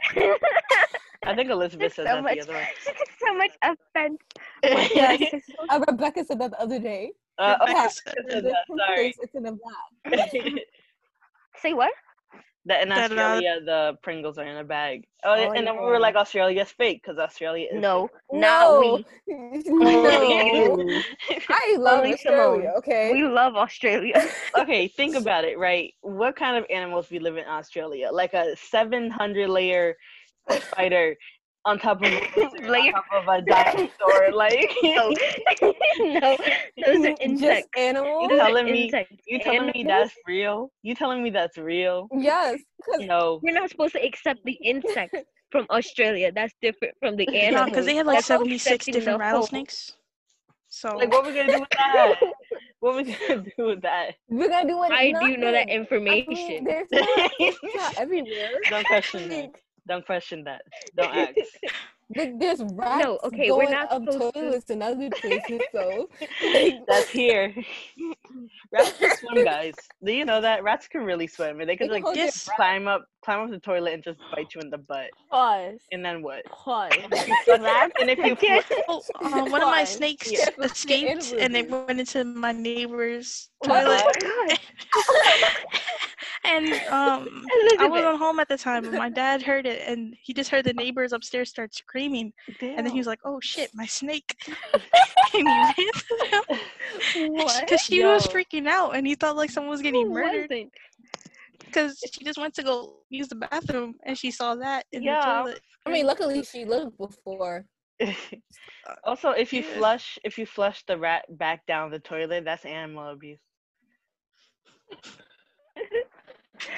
Speaker 1: I think Elizabeth said
Speaker 5: so
Speaker 1: that
Speaker 5: much.
Speaker 1: the other way.
Speaker 5: She took so much offense.
Speaker 1: Yes.
Speaker 3: Uh, Rebecca said that the other day.
Speaker 1: Uh, oh,
Speaker 2: Rebecca said
Speaker 1: Rebecca
Speaker 3: The
Speaker 1: said that,
Speaker 3: Pringles,
Speaker 1: sorry.
Speaker 3: It's in a bag.
Speaker 5: Say what?
Speaker 1: that in
Speaker 2: That, uh,
Speaker 1: Australia, the Pringles are in a bag. Oh,
Speaker 5: Oh,
Speaker 1: and then we
Speaker 5: yeah.
Speaker 1: were like, Australia's fake because Australia is.
Speaker 5: No, not
Speaker 3: No,
Speaker 5: we.
Speaker 3: no. I love
Speaker 5: Only
Speaker 3: Australia.
Speaker 5: Simone.
Speaker 3: Okay.
Speaker 5: We love Australia.
Speaker 1: Okay, think about it, right? What kind of animals we live in Australia? Like a 700 layer spider on top of a lizard, on
Speaker 5: Layer-
Speaker 1: top of a dinosaur. Like
Speaker 5: no, no, those are
Speaker 3: Just
Speaker 5: insects.
Speaker 3: animals?
Speaker 5: Those are
Speaker 1: telling me-
Speaker 5: insects.
Speaker 1: you telling me that's real? You telling me that's real?
Speaker 3: Yes, because
Speaker 1: No.
Speaker 5: You're not supposed to accept the insect from Australia. That's different from the
Speaker 2: Yeah,
Speaker 5: animal.
Speaker 2: because they had like
Speaker 5: That's
Speaker 2: seventy six
Speaker 5: accepting the
Speaker 2: different
Speaker 5: whole-
Speaker 2: rattlesnakes. So
Speaker 1: Like what we gonna do with that? what we gonna do with that?
Speaker 3: we're gonna do it.
Speaker 5: I do know
Speaker 3: nothing. I
Speaker 5: that
Speaker 3: mean,
Speaker 5: information.
Speaker 3: there's not, it's not everywhere.
Speaker 1: Don't question that.
Speaker 3: Like,
Speaker 1: Don't question that. Don't ask.
Speaker 3: th- there's rats
Speaker 5: No, okay, we're
Speaker 3: going
Speaker 5: not
Speaker 3: up
Speaker 5: supposed to-
Speaker 3: toilets and other places, so like,
Speaker 1: That's here. rats can swim, guys. Do you know that rats can really swim, and they could
Speaker 3: They
Speaker 1: like
Speaker 3: hold
Speaker 1: just
Speaker 3: their
Speaker 2: this
Speaker 1: climb up, climb up the toilet and just bite you in the butt,
Speaker 4: Pause.
Speaker 1: and then what?
Speaker 4: Pause.
Speaker 1: That's- and if you
Speaker 5: Okay.
Speaker 1: flip-
Speaker 2: Oh, uh, one of my
Speaker 4: Pause.
Speaker 2: snakes
Speaker 1: Yeah.
Speaker 2: escaped
Speaker 3: animal
Speaker 2: and it
Speaker 3: abuse.
Speaker 2: went into my neighbor's
Speaker 1: What?
Speaker 2: toilet. and um, I wasn't home at the time, but my dad heard it, and he just heard the neighbors upstairs start screaming, and then he was like, "Oh shit, my snake!" and he ran to them because she was
Speaker 4: Yo.
Speaker 2: freaking out, and he thought like someone was getting murdered because she just went to go use the bathroom, and she saw that in
Speaker 1: Yeah.
Speaker 2: the toilet.
Speaker 3: I mean, luckily she lived before.
Speaker 1: also, if you
Speaker 2: Yeah.
Speaker 1: flush, if you flush the rat back down the toilet, that's animal abuse.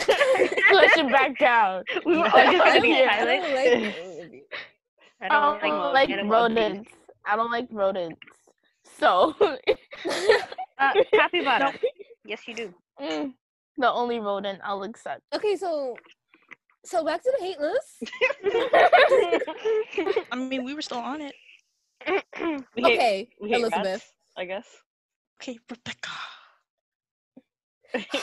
Speaker 4: Push it back down.
Speaker 5: We were all just gonna be
Speaker 3: I don't-
Speaker 5: silent.
Speaker 3: I don't like animal abuse.
Speaker 5: I
Speaker 4: I
Speaker 1: animal
Speaker 4: don't, like,
Speaker 5: animal
Speaker 4: rodents.
Speaker 5: abuse.
Speaker 4: I don't like rodents. So
Speaker 5: Uh, happy about it. Yes, you do.
Speaker 4: mm, the only rodent I'll accept.
Speaker 3: okay, so so back to the hate list.
Speaker 2: I mean, we were still on it.
Speaker 1: We hate,
Speaker 3: Okay,
Speaker 1: we hate
Speaker 3: Elizabeth.
Speaker 1: rats, I guess.
Speaker 2: Okay, Rebecca.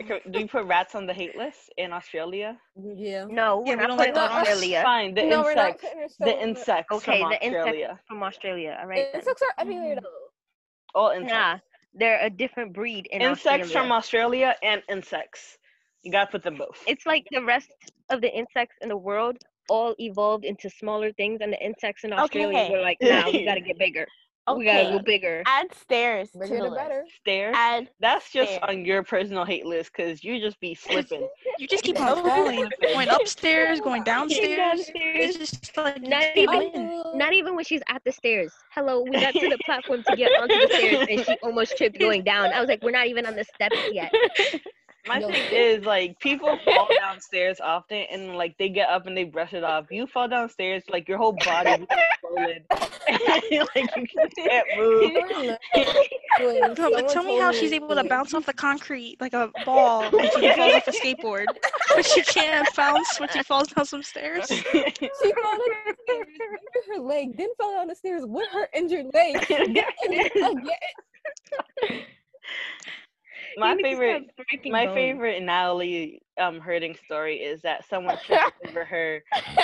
Speaker 1: Okay, Do you put rats on the hate list in Australia?
Speaker 3: Yeah.
Speaker 5: no,
Speaker 2: Yeah, we
Speaker 5: we're not
Speaker 2: don't
Speaker 5: putting
Speaker 2: like
Speaker 5: on
Speaker 2: dogs.
Speaker 5: Australia.
Speaker 1: Fine, the
Speaker 3: no, we're not
Speaker 1: insects.
Speaker 3: putting her still
Speaker 1: The
Speaker 3: in
Speaker 1: insects
Speaker 5: Okay,
Speaker 1: from
Speaker 5: the
Speaker 1: Australia.
Speaker 5: insects from Australia. All right. then.
Speaker 3: Insects are everywhere though.
Speaker 1: All insects.
Speaker 5: Nah, they're a different breed in
Speaker 1: insects
Speaker 5: Australia.
Speaker 1: from Australia and insects. You gotta put them both.
Speaker 5: It's like the rest of the insects in the world all evolved into smaller things, and the insects in Australia
Speaker 4: Okay.
Speaker 5: were like, "Nah, we gotta get bigger. We gotta
Speaker 4: Okay.
Speaker 5: go bigger."
Speaker 4: Add stairs to
Speaker 3: Bigger the
Speaker 4: the list.
Speaker 3: better.
Speaker 1: Stairs.
Speaker 4: Add
Speaker 1: That's just
Speaker 4: fair.
Speaker 1: on your personal hate list because you just be slipping.
Speaker 2: You just keep
Speaker 4: Okay.
Speaker 2: on falling, going upstairs, going
Speaker 5: Keep
Speaker 2: downstairs.
Speaker 5: downstairs.
Speaker 2: It's just like you
Speaker 5: Not
Speaker 2: can't
Speaker 5: even-
Speaker 2: win.
Speaker 3: Oh,
Speaker 5: Not even when she's at the stairs. Hello, we got to the platform to get onto the stairs, and she almost tripped going down. I was like, "We're not even on the steps yet."
Speaker 1: My
Speaker 3: No.
Speaker 1: thing is like people fall downstairs often and like they get up and they brush it off. You fall downstairs like your whole body is swollen. like you can't move.
Speaker 3: Really? When
Speaker 2: No, but
Speaker 3: someone
Speaker 2: tell me
Speaker 3: told
Speaker 2: how she's able to
Speaker 3: like,
Speaker 2: bounce off the concrete like a ball when she falls off a skateboard, but she can't bounce when she falls down some stairs.
Speaker 3: She fell down the stairs, injured her leg, then fell down the stairs with her injured leg. And then again,
Speaker 1: my
Speaker 5: You need to
Speaker 1: favorite
Speaker 5: stop breaking
Speaker 1: my
Speaker 5: bones.
Speaker 1: favorite Natalie um hurting story is that someone tripped over her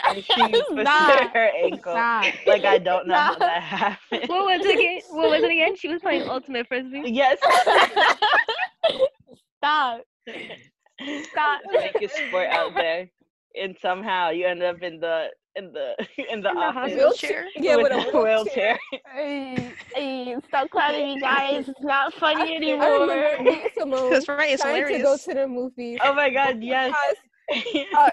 Speaker 1: and she twisted
Speaker 4: Nah.
Speaker 1: her ankle.
Speaker 4: Nah.
Speaker 1: Like I don't know how
Speaker 4: Nah.
Speaker 1: that happened.
Speaker 5: What was it again? What was it again? She was playing ultimate frisbee.
Speaker 1: yes.
Speaker 4: Stop. Stop.
Speaker 1: Make a sport out there. And somehow you end up in the in the in the
Speaker 5: In the
Speaker 1: office
Speaker 5: hospital.
Speaker 2: Wheelchair.
Speaker 3: yeah, with,
Speaker 1: with
Speaker 3: a wheelchair.
Speaker 4: Ay, ay, Stop clowning me, guys. It's not funny
Speaker 3: I, I
Speaker 4: anymore.
Speaker 3: remember me, Simone
Speaker 2: That's right. It's
Speaker 3: trying to go
Speaker 2: hilarious.
Speaker 3: to the movies.
Speaker 1: Oh my god, yes.
Speaker 3: Us,
Speaker 1: Like,
Speaker 3: our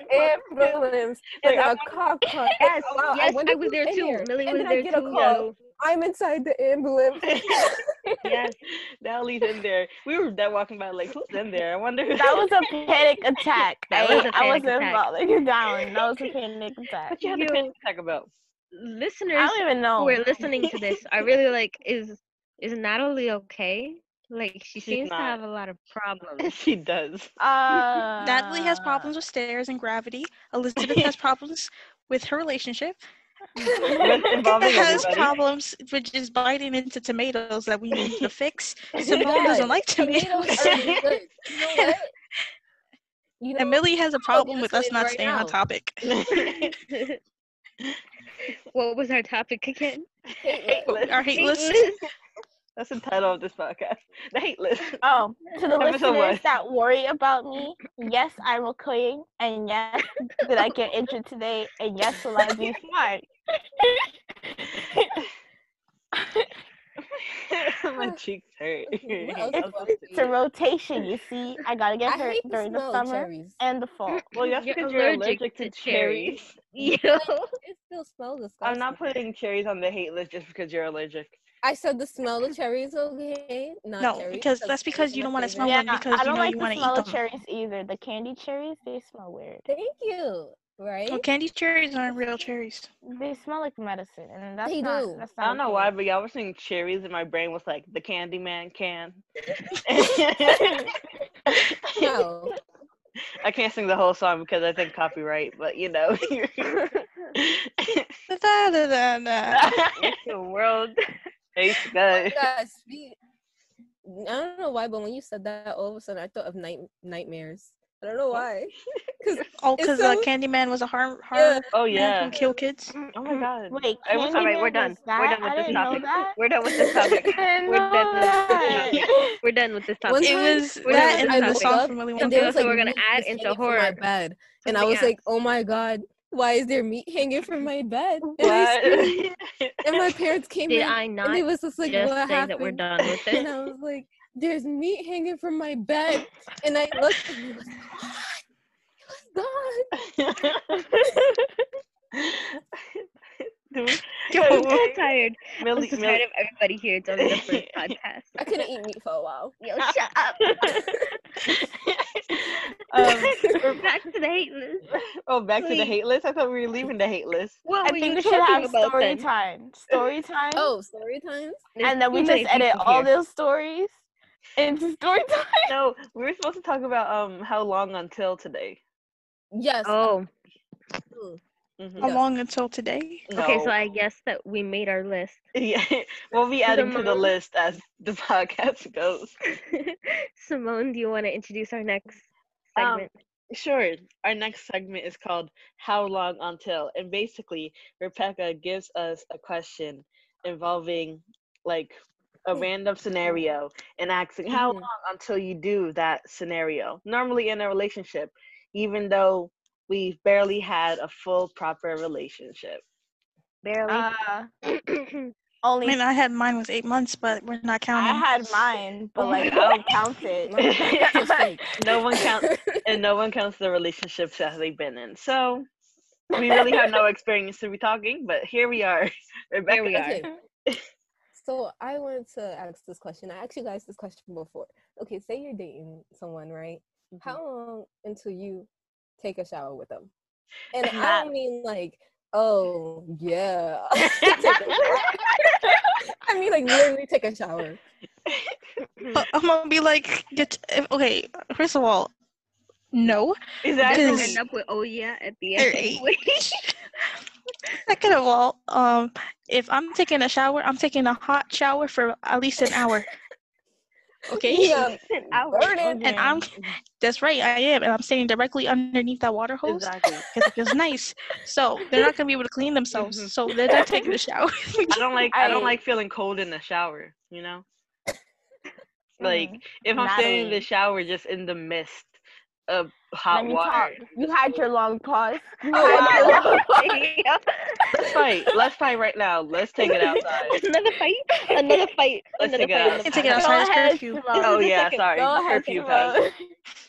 Speaker 3: ambulance and
Speaker 1: I
Speaker 3: our car cart.
Speaker 5: Yes,
Speaker 3: Oh, wow, I
Speaker 5: yes, I,
Speaker 3: wonder
Speaker 5: was
Speaker 3: who's
Speaker 5: there
Speaker 3: in
Speaker 5: too.
Speaker 3: here.
Speaker 5: Millie
Speaker 3: And
Speaker 5: was
Speaker 3: then I
Speaker 5: there
Speaker 3: get a
Speaker 5: too.
Speaker 3: call. I'm inside the ambulance.
Speaker 5: Yes.
Speaker 1: Natalie's in there. We were dead walking by, like, who's in there? I wonder who
Speaker 4: That was a panic attack.
Speaker 5: That was
Speaker 4: ay.
Speaker 5: a
Speaker 4: I
Speaker 5: panic
Speaker 4: wasn't
Speaker 5: attack.
Speaker 4: involved. Like, you're down. That was a panic attack.
Speaker 1: what you had to
Speaker 5: you.
Speaker 1: panic attack about.
Speaker 4: I
Speaker 5: Listeners
Speaker 4: don't even
Speaker 5: who
Speaker 4: know.
Speaker 5: are listening to this are really like, is is Natalie okay? Like she
Speaker 1: She's
Speaker 5: seems
Speaker 1: not.
Speaker 5: to have a lot of problems.
Speaker 1: she does.
Speaker 4: Uh,
Speaker 2: Natalie has
Speaker 3: Ah.
Speaker 2: problems with stairs and gravity. Elizabeth has problems with her relationship.
Speaker 1: With
Speaker 2: Becca
Speaker 1: involving
Speaker 2: has
Speaker 1: everybody.
Speaker 2: problems with just biting into tomatoes that we need to fix. Simone
Speaker 3: Yes,
Speaker 2: doesn't like
Speaker 3: Tomatoes
Speaker 2: tomatoes.
Speaker 3: are good. You know what? You
Speaker 2: And
Speaker 3: know,
Speaker 2: Millie has a problem with us
Speaker 3: listening
Speaker 2: not
Speaker 3: right
Speaker 2: staying
Speaker 3: now.
Speaker 2: on topic.
Speaker 5: what was our topic again?
Speaker 1: Hate list.
Speaker 2: Our hate list.
Speaker 1: That's the title of this podcast. The hate list.
Speaker 4: Oh, to the
Speaker 1: Episode one.
Speaker 4: listeners that worry about me, yes, I'm okay, and yes, did I get injured today, and yes, will I be fine?
Speaker 1: my cheeks hurt.
Speaker 3: Okay, what else
Speaker 1: I'm
Speaker 3: do
Speaker 1: so
Speaker 3: I
Speaker 4: It's a
Speaker 1: sick.
Speaker 4: rotation, you see. I gotta get hurt during the
Speaker 3: of
Speaker 4: summer
Speaker 3: cherries.
Speaker 4: and the fall.
Speaker 1: well, that's
Speaker 5: You're
Speaker 1: because you're
Speaker 5: allergic
Speaker 1: allergic
Speaker 5: to
Speaker 1: to cherries.
Speaker 5: Yo.
Speaker 3: It still smells disgusting.
Speaker 1: I'm not putting cherries on the hate list just because you're allergic.
Speaker 3: I said the smell of cherries okay, not
Speaker 2: No,
Speaker 3: cherries.
Speaker 2: because
Speaker 3: 'cause
Speaker 2: that's because
Speaker 3: cherries are
Speaker 2: you
Speaker 3: my
Speaker 2: don't wanna
Speaker 3: favorite.
Speaker 2: smell
Speaker 4: Yeah,
Speaker 2: them because
Speaker 4: I
Speaker 2: you
Speaker 4: don't
Speaker 2: know
Speaker 4: like
Speaker 2: you
Speaker 4: the
Speaker 2: wanna eat
Speaker 4: smell of
Speaker 2: them.
Speaker 4: cherries either. The candy cherries, they smell weird.
Speaker 3: Thank you. Right?
Speaker 2: Well, candy cherries aren't real cherries.
Speaker 4: They smell like medicine, and that's
Speaker 3: They
Speaker 4: not.
Speaker 3: do.
Speaker 4: That's
Speaker 1: I
Speaker 4: not
Speaker 1: don't know
Speaker 4: okay.
Speaker 1: why, but y'all were saying cherries, and my brain was like, the Candyman can.
Speaker 3: No.
Speaker 1: I can't sing the whole song because I think copyright, but you know.
Speaker 2: Da-da-da-da.
Speaker 5: the world.
Speaker 1: It's
Speaker 3: Oh my
Speaker 1: good.
Speaker 3: God, sweet. I don't know why, but when you said that, all of a sudden I thought of night nightmares. I don't know
Speaker 2: Oh,
Speaker 3: why. It's
Speaker 2: because uh,
Speaker 3: so-
Speaker 2: Candyman was a harm
Speaker 3: Yeah.
Speaker 2: harm
Speaker 1: Oh
Speaker 2: man
Speaker 1: yeah.
Speaker 2: who killed kids.
Speaker 1: Oh my god.
Speaker 4: Wait,
Speaker 1: I was-
Speaker 4: candy
Speaker 5: All right, we're
Speaker 4: man
Speaker 5: done.
Speaker 4: was that?
Speaker 5: We're done with
Speaker 4: I
Speaker 5: this
Speaker 4: didn't know
Speaker 5: topic.
Speaker 4: that.
Speaker 5: We're done with this topic.
Speaker 4: I
Speaker 5: We're done with
Speaker 4: know
Speaker 5: this
Speaker 4: that.
Speaker 5: We're done with this topic.
Speaker 3: One
Speaker 2: It
Speaker 3: time,
Speaker 2: was
Speaker 5: we're
Speaker 2: that and then
Speaker 5: done with
Speaker 2: the
Speaker 5: this
Speaker 3: topic.
Speaker 2: song from Willy
Speaker 3: and
Speaker 2: Wonka.
Speaker 5: Okay,
Speaker 3: there was
Speaker 5: so
Speaker 3: like
Speaker 5: we're gonna
Speaker 3: meat
Speaker 5: add
Speaker 3: was
Speaker 5: into
Speaker 3: hanging from my
Speaker 5: horror
Speaker 3: bed, and I
Speaker 5: something
Speaker 3: was
Speaker 5: else.
Speaker 3: like, "Oh my god, why is there meat hanging from my bed?" And I screamed,
Speaker 1: What?
Speaker 3: and my parents came
Speaker 5: Did
Speaker 3: in,
Speaker 5: I
Speaker 3: and it
Speaker 5: not
Speaker 3: was just like,
Speaker 5: just
Speaker 3: "What
Speaker 5: say that we're
Speaker 3: happened?"
Speaker 5: done with
Speaker 3: And
Speaker 5: this?
Speaker 3: I was like, "There's meat hanging from my bed," and I looked, and it was gone. It was gone.
Speaker 1: Dude,
Speaker 5: Yo,
Speaker 1: Okay.
Speaker 5: I'm tired. I'm
Speaker 1: Millie,
Speaker 5: so
Speaker 1: Millie,
Speaker 5: tired of everybody here. It's only the first podcast.
Speaker 3: I couldn't eat meat for a while.
Speaker 5: Yo, shut up.
Speaker 1: um,
Speaker 5: Back to the hate list.
Speaker 1: oh, back to the
Speaker 5: Please.
Speaker 1: hate list. I thought we were leaving the hate list.
Speaker 5: What
Speaker 4: I
Speaker 5: were
Speaker 4: think
Speaker 5: you
Speaker 4: we should
Speaker 5: talking
Speaker 4: have
Speaker 5: about
Speaker 4: story
Speaker 5: then?
Speaker 4: time. Story time.
Speaker 3: Oh, story times.
Speaker 5: There's
Speaker 4: and then we
Speaker 5: too
Speaker 4: just
Speaker 5: many
Speaker 4: edit
Speaker 5: people
Speaker 4: all
Speaker 5: here.
Speaker 4: those stories into story time.
Speaker 1: No, we were supposed to talk about um how long until today.
Speaker 3: Yes.
Speaker 5: Oh,
Speaker 3: mm,
Speaker 1: Mhm.
Speaker 2: How
Speaker 3: Yes.
Speaker 2: long until today?
Speaker 5: Oh, okay. So
Speaker 1: No.
Speaker 5: I guess that we made our list.
Speaker 1: yeah, we'll be adding to the
Speaker 5: Simone.
Speaker 1: list as the podcast goes.
Speaker 5: Simone, do you want to introduce our next
Speaker 1: Um,
Speaker 5: segment?
Speaker 1: Sure. Our next segment is called How Long Until? And basically, Rebecca gives us a question involving like a random scenario and asking how
Speaker 3: mhm.
Speaker 1: long until you do that scenario. Normally in a relationship, even though we've barely had a full proper relationship.
Speaker 5: Barely.
Speaker 4: Uh,
Speaker 5: Wait,
Speaker 2: I
Speaker 4: only
Speaker 2: mean, I had mine was eight months, but we're not
Speaker 4: I
Speaker 2: counting.
Speaker 4: had mine, but
Speaker 1: Oh my
Speaker 4: like I don't count it.
Speaker 3: My back is fake.
Speaker 1: No one counts and no one counts the relationships that they've been in. So we really have no experience to be talking, but here we are. Rebecca.
Speaker 5: we are.
Speaker 3: Okay. so I wanted to ask this question. I actually asked this question before. Okay, say you're dating someone, right?
Speaker 4: Mm-hmm.
Speaker 3: How long until you take a shower with them? And I
Speaker 1: That-
Speaker 3: don't mean like, oh yeah. Take a shower. I mean like literally take a shower.
Speaker 2: But I'm gonna be like, get if- okay. First of all, no.
Speaker 5: I
Speaker 1: Exactly.
Speaker 5: don't
Speaker 2: Because-
Speaker 5: end up with oh yeah at the
Speaker 2: They're
Speaker 5: end.
Speaker 2: eight.
Speaker 5: Wait.
Speaker 2: Second of all, um, if I'm taking a shower, I'm taking a hot shower for at least an hour. Okay.
Speaker 3: Yeah.
Speaker 5: An hour.
Speaker 3: Burning.
Speaker 2: And I'm that's right, I am, and I'm standing directly underneath that water hose because
Speaker 1: Exactly.
Speaker 2: it feels nice. So they're not gonna be able to clean themselves,
Speaker 1: Mhm.
Speaker 2: so they're not taking a shower.
Speaker 1: I don't like I, don't
Speaker 4: I-
Speaker 1: like feeling cold in the shower, you know? Like
Speaker 4: Mm.
Speaker 1: if I'm standing in the
Speaker 4: Natalie.
Speaker 1: shower just in the mist of
Speaker 4: Let
Speaker 1: hot
Speaker 4: me
Speaker 1: water.
Speaker 4: talk. You had your long pause. You
Speaker 3: Oh,
Speaker 4: had your long
Speaker 1: Let's fight. Let's fight right now. Let's take it outside.
Speaker 5: another fight. Another fight.
Speaker 1: Let's
Speaker 5: another
Speaker 1: take it
Speaker 5: fight.
Speaker 1: out.
Speaker 2: Take
Speaker 5: another
Speaker 2: it
Speaker 5: fight.
Speaker 4: Go
Speaker 2: outside, it's
Speaker 4: ahead,
Speaker 2: curfew.
Speaker 4: Simone.
Speaker 1: Oh yeah, sorry.
Speaker 4: Go ahead,
Speaker 1: Curfew time.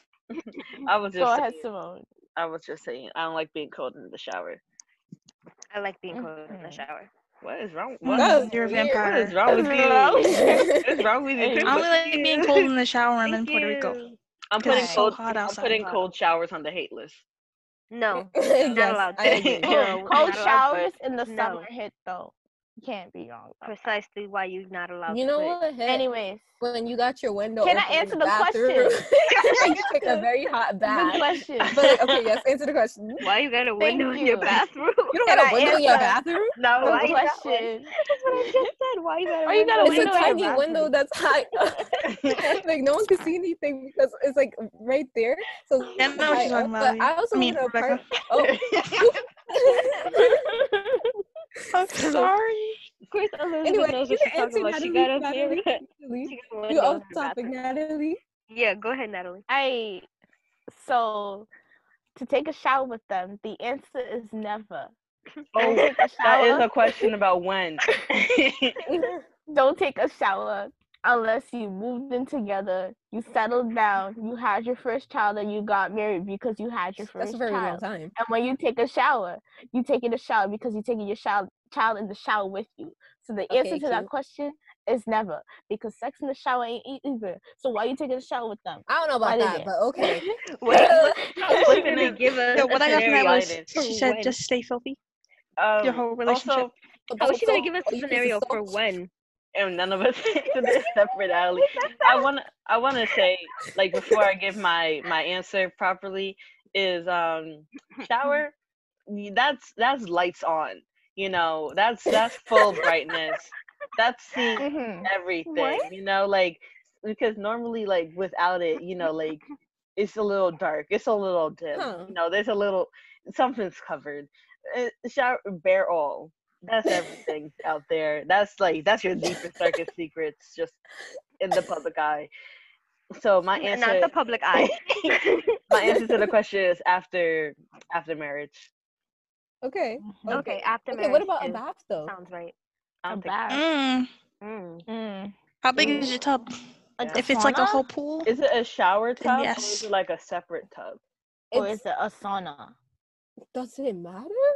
Speaker 4: Simone.
Speaker 1: I was
Speaker 4: Go
Speaker 1: just
Speaker 4: ahead,
Speaker 1: saying,
Speaker 4: Simone.
Speaker 1: I was just saying I don't like being cold in the shower.
Speaker 5: I like being cold
Speaker 3: Mm-hmm.
Speaker 5: in the shower.
Speaker 1: What is wrong? What,
Speaker 3: That was
Speaker 2: Mm, you're a
Speaker 3: weird.
Speaker 1: what is
Speaker 2: vampire.
Speaker 1: wrong with
Speaker 4: What's wrong?
Speaker 1: you? What's wrong with you?
Speaker 2: I only like being cold in the shower when I'm in
Speaker 5: Thank
Speaker 2: Puerto Rico.
Speaker 5: you.
Speaker 1: I'm
Speaker 2: Because
Speaker 1: putting
Speaker 2: it's so
Speaker 1: cold.
Speaker 2: hot
Speaker 1: I'm
Speaker 2: outside.
Speaker 1: putting cold showers on the hate list.
Speaker 5: No.
Speaker 3: yes,
Speaker 5: allowed.
Speaker 3: I agree.
Speaker 5: No,
Speaker 4: Cold
Speaker 5: not allowed,
Speaker 4: showers in the
Speaker 5: no.
Speaker 4: summer hit though. You can't be wrong. about that.
Speaker 5: Precisely why you're not allowed
Speaker 3: You
Speaker 5: to
Speaker 3: know
Speaker 5: put
Speaker 3: what? Hey,
Speaker 4: Anyways,
Speaker 3: when you got your window
Speaker 4: Can I
Speaker 3: open in
Speaker 4: answer the
Speaker 3: bathroom, you took a very hot
Speaker 4: the
Speaker 3: bath.
Speaker 4: question.
Speaker 3: But like, okay, yes, answer the question.
Speaker 5: Why you got
Speaker 4: Thank
Speaker 5: a window in your
Speaker 4: you.
Speaker 5: bathroom?
Speaker 3: You don't
Speaker 4: Can
Speaker 3: got
Speaker 4: I
Speaker 3: a window in your
Speaker 4: answer?
Speaker 3: bathroom?
Speaker 1: No,
Speaker 4: The
Speaker 5: why you got one?
Speaker 4: question.
Speaker 5: That's what I just said. Why you got a
Speaker 4: Why you got a
Speaker 5: window?
Speaker 3: It's
Speaker 5: in
Speaker 3: a
Speaker 5: your
Speaker 4: window in your
Speaker 5: bathroom?
Speaker 3: tiny
Speaker 4: bathroom.
Speaker 3: window that's high up. like no one can see anything because it's like right there. So it's
Speaker 2: I know what
Speaker 3: high
Speaker 2: you're talking about,
Speaker 3: up, But
Speaker 2: Lily.
Speaker 3: I also
Speaker 2: I mean,
Speaker 3: live in an
Speaker 2: Rebecca.
Speaker 3: apartment. Oh,
Speaker 2: I'm sorry.
Speaker 5: Of course, Elizabeth
Speaker 3: anyway,
Speaker 5: knows
Speaker 3: you
Speaker 5: what she's
Speaker 3: can answer
Speaker 5: talking about. She got a
Speaker 3: Natalie.
Speaker 5: mirror.
Speaker 3: Natalie.
Speaker 5: She got a window
Speaker 3: You
Speaker 5: in
Speaker 3: off
Speaker 5: her
Speaker 3: topic,
Speaker 5: bathroom.
Speaker 3: Natalie.
Speaker 5: Yeah, go ahead, Natalie.
Speaker 4: I so to take a shower with them, the answer is never. Don't
Speaker 1: oh,
Speaker 4: take a
Speaker 1: that is
Speaker 4: shower.
Speaker 1: a question about when.
Speaker 4: Don't take a shower unless you moved in together, you settled down, you had your first child, and you got married because you had your first
Speaker 3: That's a very long
Speaker 4: child.
Speaker 3: time.
Speaker 4: And when you take a shower, you taking a shower because you're taking your child child in the shower with you. So the answer
Speaker 3: Okay,
Speaker 4: to that
Speaker 3: cute.
Speaker 4: question is never because sex in the shower ain't e- either. So why you taking a shower with them?
Speaker 3: I don't know
Speaker 4: Why
Speaker 3: about that,
Speaker 4: did it?
Speaker 3: but okay.
Speaker 5: What, what, what did they
Speaker 1: Even
Speaker 5: give us?
Speaker 2: No, what
Speaker 5: a
Speaker 2: I got from that
Speaker 5: scenario
Speaker 2: was
Speaker 5: item?
Speaker 2: she
Speaker 5: For
Speaker 2: said
Speaker 5: when?
Speaker 2: just stay filthy
Speaker 1: Um,
Speaker 2: your whole relationship.
Speaker 1: Also,
Speaker 3: But
Speaker 5: How
Speaker 3: that's
Speaker 5: is she gonna
Speaker 3: so-
Speaker 5: give us
Speaker 3: oh,
Speaker 5: a
Speaker 3: you piece of
Speaker 5: scenario for
Speaker 3: soap.
Speaker 5: when?
Speaker 1: and none of us to this separate alley. I want to I want to say like before I give my my answer properly is um shower y- that's that's lights on. You know, that's that's full brightness. That's seeing
Speaker 4: Mm-hmm.
Speaker 1: everything.
Speaker 5: What?
Speaker 1: You know, like because normally like without it, you know, like it's a little dark. It's a little dim.
Speaker 3: Huh.
Speaker 1: You know, there's a little something's covered. Uh, shower bare all. That's everything out there. That's like that's your deepest darkest secrets, just in the public eye. So my
Speaker 5: Not
Speaker 1: answer,
Speaker 5: the public eye.
Speaker 1: my answer to the question is after after marriage.
Speaker 3: Okay.
Speaker 2: Mhm.
Speaker 5: okay, after
Speaker 3: Okay,
Speaker 5: marriage.
Speaker 3: what about a
Speaker 5: too.
Speaker 3: bath though?
Speaker 5: Sounds right.
Speaker 1: I
Speaker 4: A
Speaker 1: don't think-
Speaker 4: bath.
Speaker 2: Mm.
Speaker 5: Mm.
Speaker 4: Mm.
Speaker 2: How big is your tub?
Speaker 4: Like
Speaker 1: Yeah.
Speaker 4: a
Speaker 2: If it's like a
Speaker 4: sauna?
Speaker 2: whole pool,
Speaker 1: Is it a shower tub or
Speaker 2: yes.
Speaker 1: is it like a separate tub?
Speaker 4: or
Speaker 3: It's-
Speaker 4: is it a sauna?
Speaker 3: Does it matter?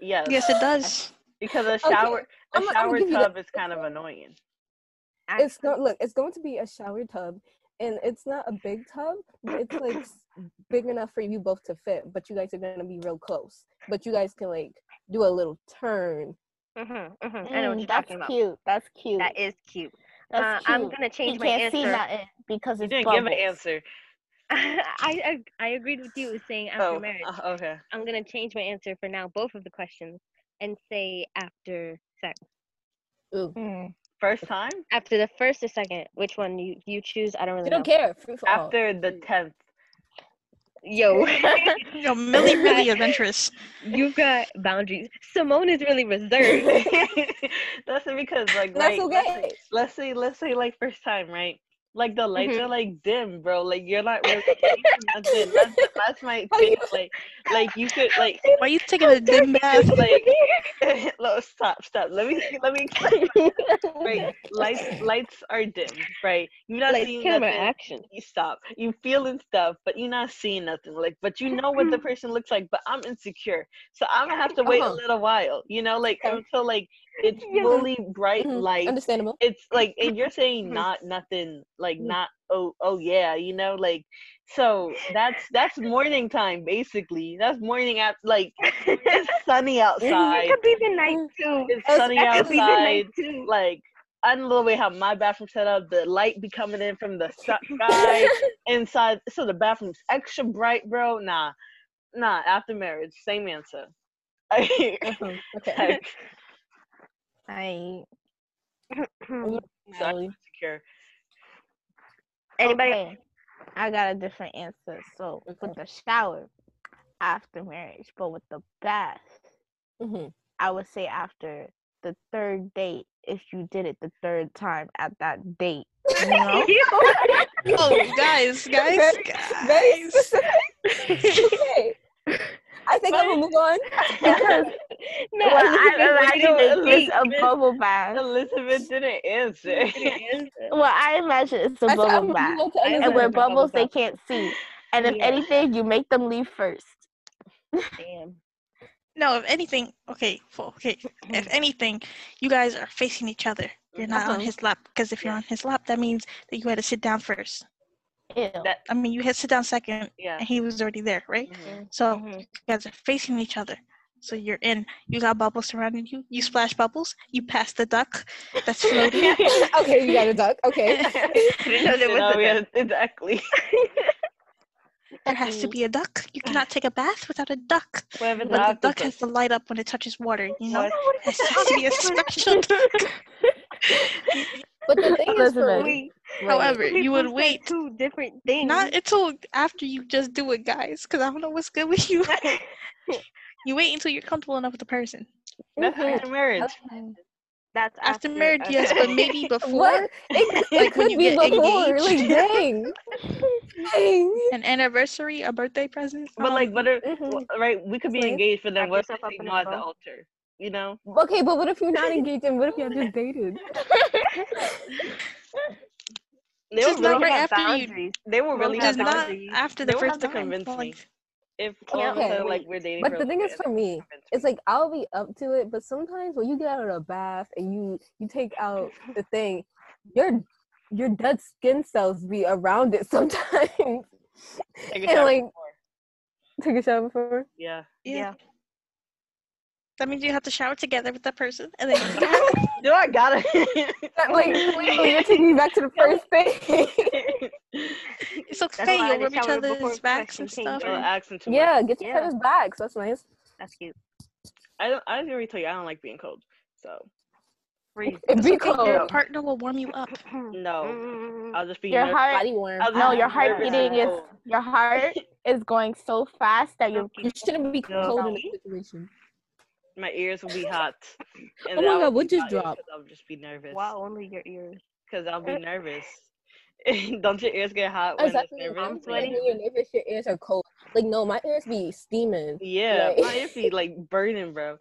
Speaker 1: Yes,
Speaker 2: yes, it does.
Speaker 1: because a
Speaker 3: Okay,
Speaker 1: shower a
Speaker 3: I'ma- I'ma
Speaker 1: shower
Speaker 3: give you the-
Speaker 1: tub is kind of annoying.
Speaker 3: It's not look, it's going to be a shower tub and it's not a big tub, but it's like s- big enough for you both to fit, but you guys are gonna be real close. But you guys can like do a little turn.
Speaker 5: hmm hmm I know what
Speaker 4: Mm,
Speaker 5: you're
Speaker 4: that's
Speaker 5: talking about.
Speaker 4: cute. That's cute.
Speaker 5: That is cute.
Speaker 4: That's
Speaker 5: uh,
Speaker 4: cute.
Speaker 5: I'm gonna
Speaker 4: he
Speaker 5: change my
Speaker 4: can't see
Speaker 5: answer.
Speaker 4: nothing because
Speaker 1: You
Speaker 4: it's
Speaker 1: didn't give an
Speaker 4: bubbles.
Speaker 1: answer.
Speaker 5: I, I I agreed with you saying after
Speaker 1: Oh,
Speaker 5: marriage.
Speaker 1: uh, okay.
Speaker 5: I'm gonna change my answer for now, both of the questions, and say after sex.
Speaker 3: Ooh.
Speaker 4: Mm.
Speaker 1: First time
Speaker 5: After the first or second, which one you, you choose, I don't really
Speaker 3: You don't
Speaker 5: know.
Speaker 3: care. Free for all.
Speaker 1: after the tenth.
Speaker 5: Yo,
Speaker 2: Yo, Millie really adventurous.
Speaker 5: you've got boundaries. Simone is really reserved.
Speaker 1: that's because like right,
Speaker 3: That's
Speaker 1: let's say-
Speaker 3: okay.
Speaker 1: let's say let's say like first time right like the lights
Speaker 5: Mhm.
Speaker 1: are like dim bro like you're not really seeing nothing that's, the- that's my
Speaker 3: How
Speaker 1: thing
Speaker 3: you-
Speaker 1: like like you could like
Speaker 2: Why you taking a dim bath?
Speaker 1: just like no, stop stop let me let me right lights lights are dim right you're not
Speaker 5: like
Speaker 1: seeing
Speaker 5: camera
Speaker 1: nothing
Speaker 5: action.
Speaker 1: you stop you feeling stuff but you're not seeing nothing like but you know what the person looks like but i'm insecure so i'm gonna have to wait
Speaker 3: Mm-hmm. Uh-huh.
Speaker 1: a little while you know like
Speaker 3: Okay.
Speaker 1: until like it's
Speaker 5: Yeah.
Speaker 1: fully bright
Speaker 3: Mhm,
Speaker 1: light
Speaker 3: Understandable.
Speaker 1: it's like and you're saying
Speaker 5: Mhm.
Speaker 1: not nothing like
Speaker 3: Mm.
Speaker 1: not oh oh yeah you know like so that's that's morning time basically that's morning at like it's sunny outside
Speaker 5: It could be the night too.
Speaker 1: it's
Speaker 3: It's
Speaker 1: sunny
Speaker 5: That could be the
Speaker 1: outside
Speaker 5: night too.
Speaker 1: like I don't know the way how my bathroom set up. The light be coming in from the sky inside, so the bathroom's extra bright, bro. Nah, nah. After marriage, same answer.
Speaker 3: Uh-huh,
Speaker 1: Mm-hmm.
Speaker 3: Okay.
Speaker 1: Like,
Speaker 4: I
Speaker 3: Allie.
Speaker 1: secure.
Speaker 5: Anybody?
Speaker 4: Okay. I got a different answer. So with the shower, after marriage, but with the bath,
Speaker 3: Mhm.
Speaker 4: I would say after the third date if you did it the third time at that date. You know?
Speaker 2: Oh, guys, guys,
Speaker 3: Very- Very
Speaker 2: guys.
Speaker 3: specific. okay. I think I'm gonna move on.
Speaker 4: because
Speaker 5: no,
Speaker 4: well,
Speaker 5: Elizabeth
Speaker 4: I imagine
Speaker 5: waited and
Speaker 4: it's
Speaker 5: see.
Speaker 4: a
Speaker 1: Miss-
Speaker 4: bubble bath.
Speaker 1: Elizabeth didn't answer.
Speaker 5: Didn't answer.
Speaker 4: Well, I imagine it's a
Speaker 3: I said I'm
Speaker 4: bubble
Speaker 3: gonna
Speaker 4: bath.
Speaker 3: move on to
Speaker 5: I
Speaker 4: And
Speaker 5: Elizabeth.
Speaker 4: with
Speaker 3: Elizabeth.
Speaker 5: would- Bubble
Speaker 4: bubbles, they
Speaker 5: bath.
Speaker 4: can't see. And if
Speaker 5: Yeah.
Speaker 4: anything, you make them leave first.
Speaker 5: Damn.
Speaker 2: No, if anything, okay, fo- okay. If anything, you guys are facing each other. You're not on
Speaker 3: Uh-huh.
Speaker 2: his lap because if you're on his lap, that means that you had to sit down first.
Speaker 4: Ew.
Speaker 1: That
Speaker 2: I mean, you had to sit down second,
Speaker 1: yeah.
Speaker 2: and he was already there, right?
Speaker 1: mhm.
Speaker 2: So
Speaker 5: Mhm.
Speaker 2: you guys are facing each other. So you're in. You got bubbles surrounding you. You splash bubbles. You pass the duck that's floating.
Speaker 3: okay, you got a duck. Okay.
Speaker 5: Didn't know there
Speaker 1: You
Speaker 5: was
Speaker 1: know,
Speaker 5: a
Speaker 1: oh, yeah, exactly.
Speaker 2: there has to be a duck. You cannot take a bath without a duck.
Speaker 1: Whatever the
Speaker 2: But the duck has
Speaker 1: octopus.
Speaker 2: to light up when it touches water. You know,
Speaker 1: What?
Speaker 2: it has to be a special duck.
Speaker 3: But the thing is, for
Speaker 4: Elizabeth.
Speaker 3: me,
Speaker 5: Wait,
Speaker 3: right,
Speaker 2: However, you would
Speaker 5: people said
Speaker 2: wait
Speaker 5: two different things.
Speaker 2: Not until after you just do it, guys, because I don't know what's good with you. you wait until you're comfortable enough with the person.
Speaker 3: Mm-hmm.
Speaker 1: That's after marriage.
Speaker 5: That's
Speaker 2: After marriage,
Speaker 4: uh,
Speaker 5: okay.
Speaker 2: yes, but maybe before
Speaker 3: what? It, it
Speaker 2: when
Speaker 3: could
Speaker 2: you
Speaker 3: be
Speaker 2: get
Speaker 3: before. Like,
Speaker 2: engaged.
Speaker 3: dang. dang.
Speaker 2: an anniversary, a birthday present. um,
Speaker 1: But like, what are
Speaker 3: Mhm.
Speaker 1: wh- right? We could be
Speaker 3: Nice.
Speaker 1: engaged, but then
Speaker 5: Wrap
Speaker 1: what if
Speaker 5: yourself
Speaker 1: they
Speaker 5: up
Speaker 1: say
Speaker 5: in a
Speaker 1: no at the
Speaker 5: bow.
Speaker 1: altar? You know?
Speaker 3: Okay, but what if you're not engaged and what if y'all just dated?
Speaker 1: They
Speaker 2: Just
Speaker 1: were really,
Speaker 2: not right
Speaker 5: have
Speaker 2: after you-
Speaker 5: boundaries.
Speaker 1: they were
Speaker 5: Don't
Speaker 1: really
Speaker 5: have
Speaker 2: Just
Speaker 1: happy
Speaker 5: Yeah,
Speaker 2: not
Speaker 5: boundaries.
Speaker 2: after
Speaker 1: They
Speaker 2: the
Speaker 1: would
Speaker 2: first
Speaker 1: have to
Speaker 2: time.
Speaker 1: convince me.
Speaker 2: Like,
Speaker 1: if all
Speaker 4: Yeah.
Speaker 1: of a sudden like
Speaker 3: Okay.
Speaker 1: we're dating.
Speaker 3: But
Speaker 1: for
Speaker 3: the
Speaker 1: a
Speaker 3: thing
Speaker 1: little
Speaker 3: is,
Speaker 1: bit,
Speaker 3: for me,
Speaker 1: convince
Speaker 3: it's like I'll be up to it, but sometimes when you get out of the bath and you you take out the thing, your your dead skin cells be around it sometimes.
Speaker 1: Take a
Speaker 3: and
Speaker 1: shower
Speaker 3: like
Speaker 1: before.
Speaker 3: took a shower before.
Speaker 1: yeah.
Speaker 2: yeah. That means you have to shower together with that person, and then you
Speaker 1: Do I gotta?
Speaker 3: But, like literally, you're taking me back to the first thing.
Speaker 2: It's okay.
Speaker 5: why I
Speaker 2: You'll rub
Speaker 5: just
Speaker 2: each
Speaker 5: showered before
Speaker 2: other's backs and
Speaker 5: Christian came
Speaker 2: stuff.
Speaker 5: in.
Speaker 1: Well, accent too much.
Speaker 3: yeah, get your
Speaker 5: Yeah.
Speaker 3: feathers back. So that's nice.
Speaker 5: That's cute.
Speaker 1: I don't. I didn't really tell you. I don't like being cold. So
Speaker 5: Freeze.
Speaker 3: It
Speaker 2: It's
Speaker 3: be
Speaker 2: okay.
Speaker 3: cold.
Speaker 2: Your
Speaker 5: Yeah.
Speaker 2: partner will warm you up.
Speaker 1: no,
Speaker 5: Mm.
Speaker 1: I'll just be
Speaker 4: Your
Speaker 1: ner-
Speaker 4: heart
Speaker 3: Body warm.
Speaker 1: I'll just
Speaker 4: No,
Speaker 1: be
Speaker 4: your heart
Speaker 1: nervous
Speaker 4: beating
Speaker 1: and
Speaker 4: is
Speaker 1: cold.
Speaker 4: your heart is going so fast that you're
Speaker 5: Okay.
Speaker 3: You shouldn't be
Speaker 5: Yeah.
Speaker 3: cold in this
Speaker 4: No.
Speaker 3: situation.
Speaker 1: My ears will be hot. And
Speaker 3: Oh
Speaker 1: then
Speaker 3: my
Speaker 1: I'll
Speaker 3: God, what
Speaker 1: be
Speaker 3: just
Speaker 1: hot 'cause
Speaker 3: dropped?
Speaker 1: I'll just be nervous.
Speaker 5: Wow, only your ears.
Speaker 1: Because I'll be nervous. Don't your ears get hot when
Speaker 3: Exactly.
Speaker 1: it's
Speaker 3: I'm
Speaker 1: nervous?
Speaker 5: sweaty.
Speaker 3: sweating. When you're nervous, your ears are cold. Like no, my ears be steaming.
Speaker 1: Yeah,
Speaker 3: Like-
Speaker 1: my ears be like burning, bro.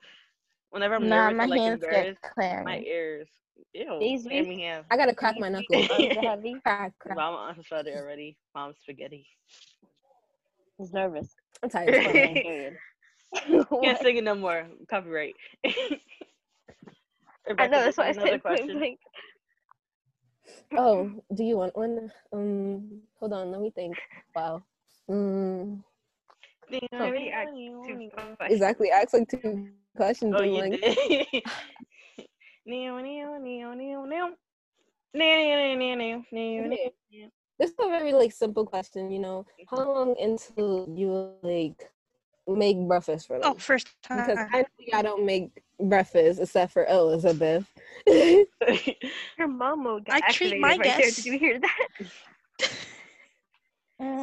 Speaker 1: Whenever I'm
Speaker 4: Nah,
Speaker 1: nervous
Speaker 4: my
Speaker 1: or like
Speaker 4: hands get
Speaker 1: embarrassed, my
Speaker 4: clammy.
Speaker 1: ears. Ew.
Speaker 5: These
Speaker 1: hand
Speaker 5: weeks-
Speaker 1: me hand.
Speaker 3: I gotta crack
Speaker 5: These
Speaker 3: my
Speaker 5: feet
Speaker 3: knuckle.
Speaker 5: are heavy.
Speaker 3: Crack, crack.
Speaker 1: Mom, I'm sorry already. Mom, spaghetti.
Speaker 5: He's nervous.
Speaker 3: I'm tired. It's fine.
Speaker 5: Period.
Speaker 1: Can't sing it no more. Copyright.
Speaker 5: I know that's why I
Speaker 1: another
Speaker 5: said
Speaker 1: question.
Speaker 5: like,
Speaker 3: Oh, do you want one? Um, hold on, let me think. Wow. Mm,
Speaker 5: I
Speaker 1: Oh.
Speaker 5: already asked two questions.
Speaker 3: exactly. I asked like two questions.
Speaker 1: Oh,
Speaker 3: and
Speaker 1: you
Speaker 3: like,
Speaker 1: did. Neo, neo, neo, neo, neo. Neo, neo, neo, neo, neo, neo.
Speaker 3: okay. this is a very like simple question. You know, how long until you like make breakfast for them?
Speaker 2: Oh, first time.
Speaker 3: because I
Speaker 5: Uh-huh.
Speaker 3: know y'all don't make breakfast except for Elizabeth. Mm-hmm. Wait,
Speaker 5: Your mom will get
Speaker 2: I treat
Speaker 5: activated
Speaker 2: my
Speaker 5: right there.
Speaker 2: guests.
Speaker 5: Did you hear that?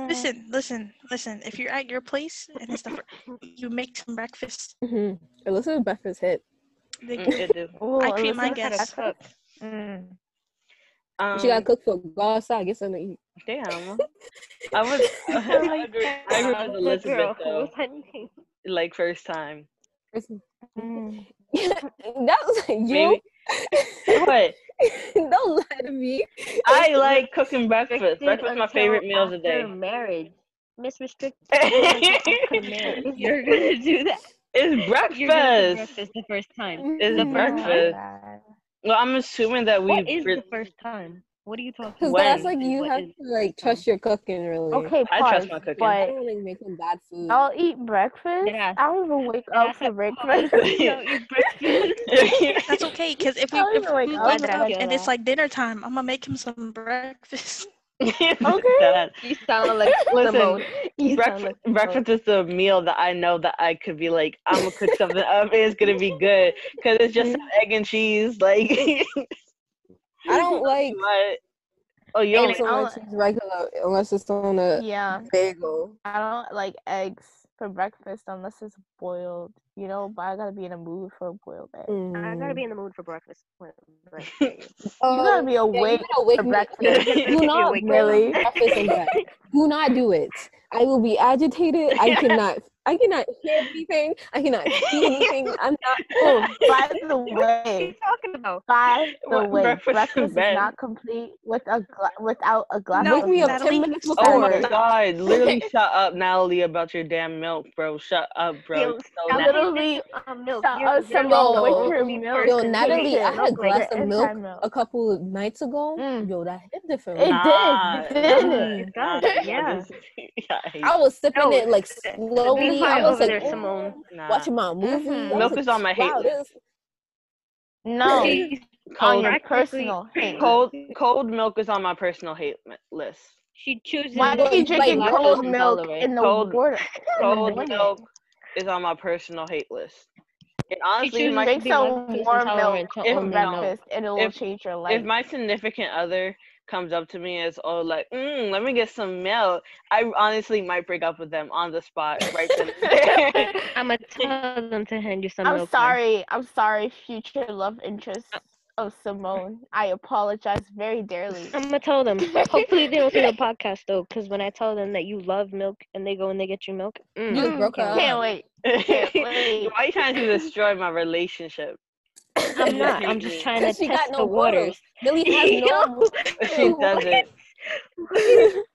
Speaker 2: listen, listen, listen. If you're at your place and it's the fir- you make some breakfast.
Speaker 3: hmm Elizabeth breakfast hit.
Speaker 2: They,
Speaker 1: Mm, it do.
Speaker 2: I treat my guests.
Speaker 4: Mm.
Speaker 1: Um,
Speaker 3: she gotta cook for go outside, get something to eat.
Speaker 1: Damn. I was. I agree, I agree with Elizabeth though. Like first time.
Speaker 4: Mm.
Speaker 3: that was like, you.
Speaker 1: Maybe. What?
Speaker 3: don't lie to me.
Speaker 1: I like cooking breakfast. Breakfast is my favorite meal of the day.
Speaker 5: Marriage. Miss restricted.
Speaker 1: It's
Speaker 5: You're gonna do that. You're gonna do
Speaker 1: breakfast.
Speaker 5: breakfast the first time.
Speaker 1: It's
Speaker 3: Mm-hmm.
Speaker 5: The
Speaker 4: Oh
Speaker 5: first
Speaker 4: my
Speaker 5: time.
Speaker 1: breakfast.
Speaker 4: God.
Speaker 1: Well, I'm assuming that we.
Speaker 5: What is
Speaker 1: re-
Speaker 5: the first time? What are you talking
Speaker 3: Because
Speaker 5: about?
Speaker 3: that's
Speaker 1: When
Speaker 3: like you
Speaker 5: What
Speaker 3: have
Speaker 5: is-
Speaker 3: to like trust your cooking really.
Speaker 4: um, Okay,
Speaker 1: I
Speaker 4: pause.
Speaker 1: trust my cooking.
Speaker 3: I
Speaker 4: But
Speaker 3: don't like making bad food.
Speaker 4: I'll eat breakfast.
Speaker 5: Yes.
Speaker 4: I don't even wake
Speaker 5: Yes,
Speaker 4: up
Speaker 5: I
Speaker 4: for breakfast.
Speaker 5: No, your breakfast.
Speaker 2: That's okay, because if we
Speaker 3: Oh,
Speaker 4: I don't
Speaker 2: if
Speaker 4: even wake
Speaker 2: we
Speaker 4: up
Speaker 2: wake
Speaker 4: for
Speaker 2: up
Speaker 5: Madras.
Speaker 2: and it's like dinner time, I'm gonna make him some breakfast.
Speaker 1: That-
Speaker 5: You sound like
Speaker 1: Listen,
Speaker 5: Simone. You sound
Speaker 1: breakfast,
Speaker 5: like
Speaker 1: breakfast is the meal that I know that I could be like, I'm gonna cook something up. and It's gonna be good because it's just some egg and cheese. Like,
Speaker 3: I don't like
Speaker 1: what? Oh, you
Speaker 4: Egg
Speaker 1: don't
Speaker 4: and
Speaker 1: like
Speaker 3: eggs
Speaker 4: Anyway,
Speaker 3: on
Speaker 4: I'll-
Speaker 3: my cheese regular unless it's on a
Speaker 4: yeah,
Speaker 3: bagel.
Speaker 4: I don't like eggs for breakfast unless it's boiled. You know, but I gotta be in a mood for a boiled egg.
Speaker 5: I gotta
Speaker 3: Mm.
Speaker 5: be in the mood for breakfast. Wait, wait.
Speaker 3: Oh,
Speaker 4: You gotta be
Speaker 3: yeah, you
Speaker 4: awake
Speaker 3: gotta wake
Speaker 4: for
Speaker 3: me up.
Speaker 4: breakfast.
Speaker 3: Do not
Speaker 5: wake me up.
Speaker 4: really?
Speaker 3: breakfast and bread. Do not do it. I will be agitated. I cannot. I cannot hear anything. I cannot see anything. I'm not.
Speaker 4: Oh, by the
Speaker 5: What are you
Speaker 4: way,
Speaker 5: talking about?
Speaker 4: by the
Speaker 1: What
Speaker 4: way,
Speaker 1: breakfast in
Speaker 4: breakfast, is
Speaker 1: bed?
Speaker 4: not complete with a gla- without a glass
Speaker 2: No,
Speaker 3: wake
Speaker 4: of
Speaker 3: me up
Speaker 4: milk.
Speaker 2: Natalie,
Speaker 3: ten minutes
Speaker 2: stop.
Speaker 1: Oh my
Speaker 3: before.
Speaker 2: Stop.
Speaker 1: god, literally shut up, Natalie, about your damn milk, bro. Shut up, bro.
Speaker 5: Yo,
Speaker 1: It's so
Speaker 5: stop
Speaker 1: nasty.
Speaker 4: Literally,
Speaker 5: saying, um, milk.
Speaker 4: shut
Speaker 5: You're
Speaker 4: up,
Speaker 5: literally
Speaker 3: uh, Simone,
Speaker 5: the
Speaker 3: with
Speaker 5: only
Speaker 4: your milk.
Speaker 3: Yo,
Speaker 5: person who
Speaker 3: Natalie, I
Speaker 5: hates
Speaker 3: had a
Speaker 5: milk like
Speaker 3: glass
Speaker 4: You're
Speaker 5: that.
Speaker 3: of
Speaker 4: anti
Speaker 3: milk a
Speaker 4: milk.
Speaker 3: couple of nights ago.
Speaker 4: Mm.
Speaker 3: Yo, that hit
Speaker 4: It
Speaker 3: different.
Speaker 1: Nah,
Speaker 4: did,
Speaker 1: nah,
Speaker 4: didn't it?
Speaker 3: Mm.
Speaker 1: nah, nah,
Speaker 5: It does,
Speaker 1: nah,
Speaker 5: yeah.
Speaker 1: this is- I hate
Speaker 3: I was sipping
Speaker 5: No,
Speaker 3: it like
Speaker 5: th-
Speaker 3: slowly. I
Speaker 5: quiet
Speaker 3: was
Speaker 5: over
Speaker 3: like
Speaker 5: there,
Speaker 3: "Ooh,"
Speaker 5: Simone.
Speaker 1: nah.
Speaker 3: watching my movie. I
Speaker 4: Mhm.
Speaker 3: was
Speaker 1: Milk
Speaker 3: like,
Speaker 1: is on my hate
Speaker 3: wow,
Speaker 1: list.
Speaker 3: this.
Speaker 4: No,
Speaker 5: She's
Speaker 4: on
Speaker 1: Cold,
Speaker 4: your
Speaker 5: practically-
Speaker 4: personal hate.
Speaker 1: cold, cold milk is on my personal hate mi- list.
Speaker 5: She chooses.
Speaker 4: Why
Speaker 3: Well,
Speaker 4: are you
Speaker 3: like,
Speaker 4: drinking
Speaker 3: lactose
Speaker 4: cold milk in the
Speaker 1: Cold-
Speaker 4: water? in the
Speaker 1: Cold
Speaker 4: morning?
Speaker 1: milk is on my personal hate list. And honestly,
Speaker 5: chooses
Speaker 1: my,
Speaker 5: to
Speaker 4: Drink
Speaker 5: be
Speaker 4: some
Speaker 5: lactose
Speaker 4: warm milk
Speaker 5: intolerant to
Speaker 1: If-
Speaker 4: for
Speaker 5: only milk.
Speaker 4: breakfast, and it will
Speaker 1: if-
Speaker 4: change your
Speaker 1: if
Speaker 4: life.
Speaker 1: my significant other comes up to me and is all like, mm, "Let me get some milk," I honestly might break up with them on the spot, right then. and there.
Speaker 5: I'm gonna tell them to hand you some
Speaker 4: I'm
Speaker 5: milk. man.
Speaker 4: sorry. I'm sorry, future love interest of Simone. I apologize very dearly.
Speaker 5: I'm gonna tell them. Hopefully they don't see the podcast though, because when I tell them that you love milk and they go and they get you milk, mm,
Speaker 3: You just broke her
Speaker 5: can't
Speaker 3: up.
Speaker 4: Can't wait. Can't wait.
Speaker 1: Why are you trying to destroy my relationship?
Speaker 5: wait. I'm not. I'm
Speaker 1: Hate me.
Speaker 5: just trying to
Speaker 3: She got
Speaker 5: test
Speaker 3: no
Speaker 5: the waters.
Speaker 3: morals. Millie has no.
Speaker 5: Yo,
Speaker 1: She doesn't.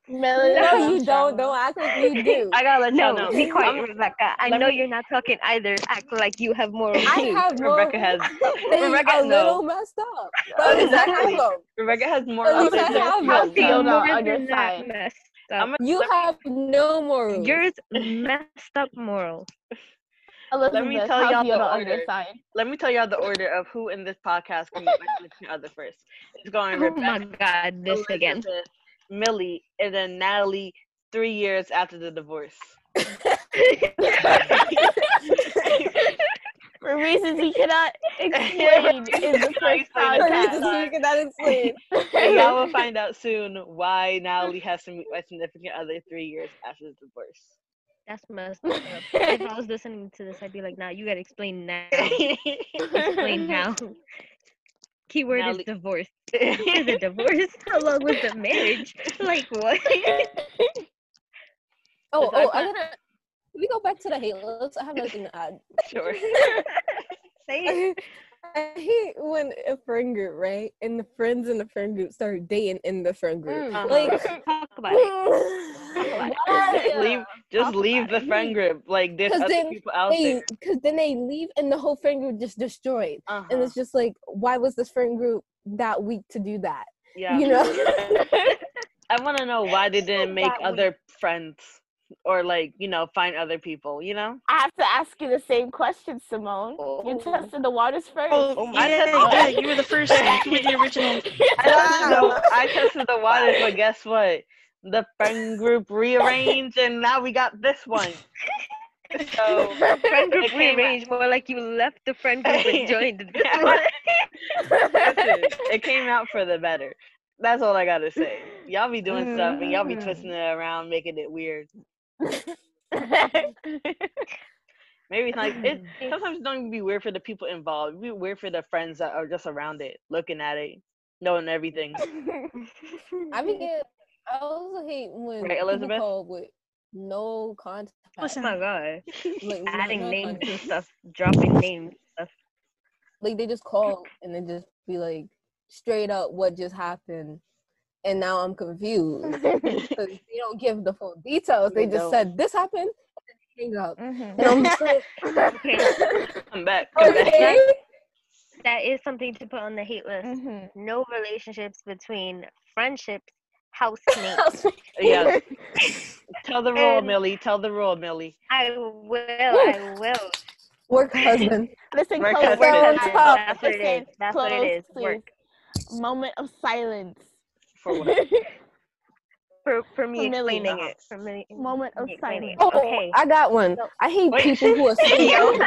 Speaker 4: Melody.
Speaker 3: No, you don't. Don't act like you do.
Speaker 1: I gotta let
Speaker 5: No,
Speaker 1: y'all know.
Speaker 5: be quiet,
Speaker 1: I'm-
Speaker 5: Rebecca. I
Speaker 1: let
Speaker 5: know
Speaker 1: me-
Speaker 5: you're not talking either. Act like you have more.
Speaker 3: I have more
Speaker 1: Rebecca has
Speaker 3: things
Speaker 1: Rebecca,
Speaker 3: a
Speaker 1: no.
Speaker 3: little messed up. But at least I have
Speaker 1: Exactly.
Speaker 3: them.
Speaker 1: Rebecca has more
Speaker 3: At
Speaker 1: other
Speaker 3: least I
Speaker 1: than How
Speaker 3: have
Speaker 4: one.
Speaker 1: do you
Speaker 4: No, no,
Speaker 5: Yours is
Speaker 4: on your
Speaker 5: not
Speaker 4: side.
Speaker 5: messed
Speaker 1: I'm
Speaker 5: up.
Speaker 1: gonna-
Speaker 3: You
Speaker 1: let,
Speaker 3: have no morals.
Speaker 5: Yours messed up moral.
Speaker 4: Elizabeth,
Speaker 1: me tell
Speaker 4: how's
Speaker 1: y'all
Speaker 4: Yoda
Speaker 1: the
Speaker 4: on
Speaker 1: order.
Speaker 4: your side?
Speaker 1: let me tell y'all the order of who in this podcast can get mentioned to each other first. It's going
Speaker 5: Oh
Speaker 1: Rebecca,
Speaker 5: my god, this again.
Speaker 1: Elizabeth, Millie, and then Natalie three years after the divorce.
Speaker 4: For reasons you cannot explain in the first
Speaker 1: Explain
Speaker 3: For
Speaker 1: it.
Speaker 4: podcast.
Speaker 3: reasons you cannot explain.
Speaker 1: and y'all will find out soon why Natalie has to meet my significant other three years after the divorce.
Speaker 5: That's messed up. if I was listening to this, I'd be like, nah, you gotta explain now. explain now. Keyword
Speaker 1: Now
Speaker 5: is
Speaker 1: le-
Speaker 5: divorce. Is a divorce? How long was the marriage? Like what?
Speaker 3: Oh,
Speaker 1: If I
Speaker 3: oh, I
Speaker 1: can't-
Speaker 3: gotta. Can we go back to the hate lips? I have uh, nothing to add.
Speaker 1: sure.
Speaker 5: Say it.
Speaker 3: I hate when a friend group, right? And the friends in the friend group start dating in the friend group.
Speaker 1: Uh-huh.
Speaker 3: Like,
Speaker 5: Talk about it.
Speaker 1: Just leave, just leave the friend group. Like there's
Speaker 3: 'Cause
Speaker 1: other
Speaker 3: then
Speaker 1: people out there.
Speaker 3: because then they leave and the whole friend group just destroyed.
Speaker 1: Uh-huh.
Speaker 3: And it's just like, why was this friend group that weak to do that?
Speaker 1: yeah.
Speaker 3: You know?
Speaker 1: I want to know why they didn't make
Speaker 4: that
Speaker 1: other friends or like you know find other people. You know.
Speaker 4: I have to ask you the same question, Simone.
Speaker 5: Oh.
Speaker 4: You tested the waters first.
Speaker 2: Oh,
Speaker 1: I
Speaker 2: yeah,
Speaker 1: said-
Speaker 2: yeah, you were the first one. You were the original.
Speaker 1: I tested the I tested the waters, but guess what? The friend group rearranged, and now we got this one. So
Speaker 5: Oh, Friend group
Speaker 1: It came out-
Speaker 5: rearranged more like you left the friend group and joined this
Speaker 1: Yeah.
Speaker 5: one.
Speaker 1: Listen, it came out for the better. That's all I gotta say. Y'all be doing stuff and y'all be
Speaker 4: Mm.
Speaker 1: twisting it around, making it weird. Maybe it's like it sometimes it don't even be weird for the people involved. It be weird for the friends that are just around it, looking at it, knowing everything.
Speaker 3: I mean, yeah, I also hate when
Speaker 1: Right,
Speaker 3: people
Speaker 1: Elizabeth?
Speaker 3: call with no contact.
Speaker 5: Oh
Speaker 2: Listen,
Speaker 5: my god.
Speaker 3: like, no-
Speaker 5: Adding
Speaker 3: no
Speaker 5: names
Speaker 3: contact.
Speaker 5: and stuff, dropping names.
Speaker 3: Like they just call and then just be like, straight up, what just happened? And now I'm confused. because they don't give the full details. They,
Speaker 4: They
Speaker 3: just
Speaker 4: don't.
Speaker 3: said this happened and then hang up. And I'm just
Speaker 5: Mm-hmm.
Speaker 3: like,
Speaker 5: Okay,
Speaker 1: Come back. Come back.
Speaker 3: okay.
Speaker 5: that is something to put on the hate list.
Speaker 4: Mhm.
Speaker 5: No relationships between friendships, housemates.
Speaker 1: Yeah. Tell the rule,
Speaker 5: And-
Speaker 1: Millie. Tell the rule, Millie.
Speaker 5: I will, I will.
Speaker 3: Work husband.
Speaker 4: Listen,
Speaker 1: Work
Speaker 4: close
Speaker 1: husband.
Speaker 4: your eyes.
Speaker 5: That's what it
Speaker 4: Listen,
Speaker 5: is. That's what it is.
Speaker 4: close,
Speaker 5: Work.
Speaker 4: please. Moment of silence.
Speaker 1: For what?
Speaker 5: For, for me
Speaker 4: For Millie.
Speaker 5: explaining
Speaker 1: Uh-huh.
Speaker 5: it. For me
Speaker 4: Moment of
Speaker 5: me explaining it.
Speaker 3: Oh,
Speaker 5: Okay.
Speaker 3: I got one. I hate
Speaker 1: Wait.
Speaker 3: people who assume.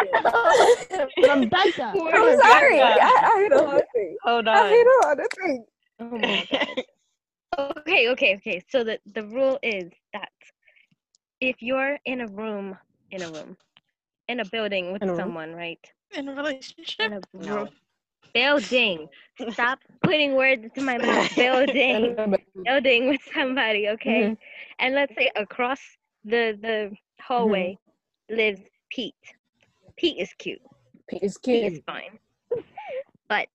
Speaker 4: Rebecca.
Speaker 3: I'm sorry.
Speaker 1: Rebecca.
Speaker 3: I, I hate all the things.
Speaker 1: Hold
Speaker 3: I
Speaker 1: on.
Speaker 3: hate all the things.
Speaker 5: Oh my okay, okay, okay. So the, the rule is that if you're in a room, in a room, in a building with
Speaker 3: In a room?
Speaker 5: someone, right?
Speaker 2: in a relationship.
Speaker 5: In a
Speaker 1: No.
Speaker 5: room. Building. Stop putting words into my mouth. Building. building with somebody, okay? And let's say across the the hallway lives Pete. Pete is cute.
Speaker 3: Pete is
Speaker 5: Pete is
Speaker 3: cute.
Speaker 5: fine. But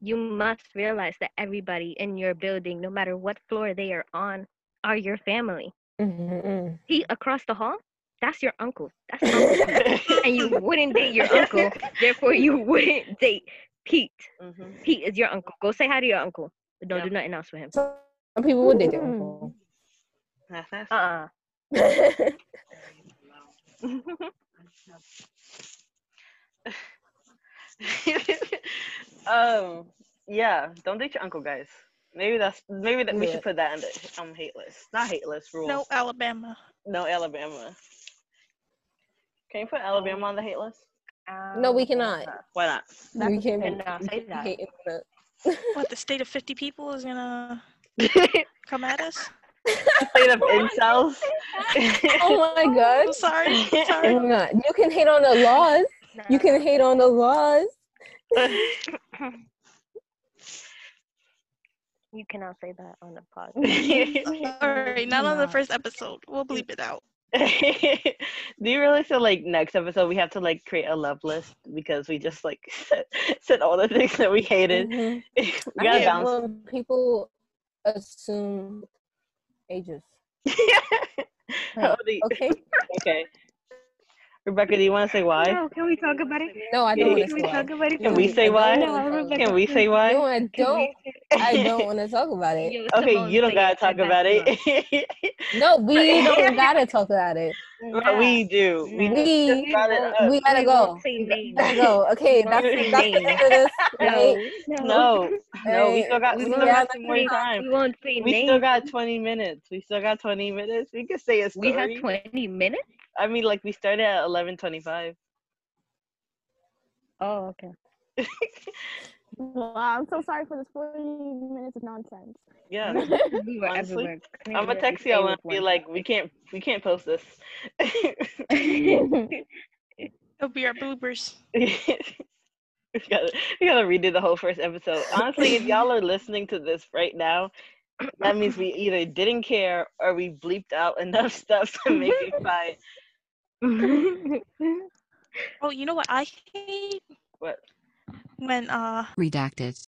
Speaker 5: you must realize that everybody in your building, no matter what floor they are on, are your family.
Speaker 3: Mhm,
Speaker 5: Pete across the hall, that's your uncle. That's uncle. Pete. and you wouldn't date your uncle, therefore you wouldn't date Pete.
Speaker 1: Mhm.
Speaker 5: Pete is your uncle. Go say hi to your uncle, but don't do nothing else with him.
Speaker 3: mm. Some people would date their uncle.
Speaker 1: That's not-
Speaker 5: Uh-uh.
Speaker 1: um, yeah, don't date your uncle, guys. Maybe that's maybe that we
Speaker 3: Yeah.
Speaker 1: should put that in the um hate list. Not hate list rule.
Speaker 2: No, Alabama.
Speaker 1: No Alabama. Can you put Alabama on the hate list?
Speaker 3: No, we cannot.
Speaker 1: Why not?
Speaker 4: That's
Speaker 3: we can't
Speaker 5: cannot say
Speaker 3: we
Speaker 5: that.
Speaker 3: hate internet.
Speaker 2: What the state of 50 people is gonna come at us?
Speaker 1: State of incels.
Speaker 3: Oh my god.
Speaker 2: I'm sorry.
Speaker 3: Oh
Speaker 2: Sorry.
Speaker 3: my God. You can hate on the laws. You can hate on the laws.
Speaker 5: You cannot say that on the pod.
Speaker 2: All right, not on the
Speaker 5: Nah.
Speaker 2: first episode. We'll bleep it out.
Speaker 1: Do you really feel like next episode we have to like create a love list because we just like said, said all the things that we hated?
Speaker 3: Mhm.
Speaker 1: we
Speaker 3: I
Speaker 1: gotta
Speaker 3: hate
Speaker 1: bounce.
Speaker 3: when people assume ages.
Speaker 1: How old are you-
Speaker 3: Mm. Okay.
Speaker 1: Okay. Rebecca, do you want to say why?
Speaker 5: No, Oh, can we talk about it?
Speaker 3: No, I don't
Speaker 1: Can
Speaker 3: want
Speaker 5: Can
Speaker 3: to
Speaker 5: we
Speaker 3: say why.
Speaker 5: talk about it?
Speaker 1: Can we say why?
Speaker 3: No, I remember-
Speaker 1: Can we say why?
Speaker 3: No, I don't. I don't want to talk about it.
Speaker 1: Okay, you don't gotta talk about it.
Speaker 3: No, we don't gotta talk about it.
Speaker 1: But we do. We
Speaker 5: Nah.
Speaker 1: do.
Speaker 3: We
Speaker 1: Just brought it
Speaker 5: won't-
Speaker 1: up.
Speaker 3: we gotta
Speaker 5: we
Speaker 3: go.
Speaker 5: won't say names.
Speaker 3: Gotta go. Okay,
Speaker 5: Not
Speaker 3: that's
Speaker 5: your
Speaker 3: that's the
Speaker 5: name.
Speaker 3: end of this.
Speaker 5: No,
Speaker 3: Right?
Speaker 1: No, no, we
Speaker 3: Hey,
Speaker 1: still got we
Speaker 3: we
Speaker 1: still
Speaker 3: got
Speaker 1: got
Speaker 3: like
Speaker 1: some
Speaker 3: three
Speaker 1: more
Speaker 5: we,
Speaker 1: time.
Speaker 5: won't say
Speaker 1: We
Speaker 5: names.
Speaker 1: still got twenty minutes. We still got twenty minutes. We could say a
Speaker 5: we have
Speaker 1: story.
Speaker 5: 20 minutes?
Speaker 1: I mean, like we started at eleven twenty-five.
Speaker 5: Oh, okay.
Speaker 4: Wow, I'm so sorry for this 40 minutes of nonsense.
Speaker 1: Yeah,
Speaker 5: We were
Speaker 1: Honestly,
Speaker 5: everywhere. Couldn't
Speaker 1: I'm gonna
Speaker 5: really
Speaker 1: text
Speaker 5: stay
Speaker 1: y'all
Speaker 5: with
Speaker 1: and be
Speaker 5: one.
Speaker 1: like, we can't, we can't post this.
Speaker 2: It'll be our bloopers.
Speaker 1: we gotta, we gotta redo the whole first episode. Honestly, if y'all are listening to this right now, that means we either didn't care or we bleeped out enough stuff to make it fine.
Speaker 2: Oh, you know what I hate?
Speaker 1: What?
Speaker 2: When uh
Speaker 6: Redacted.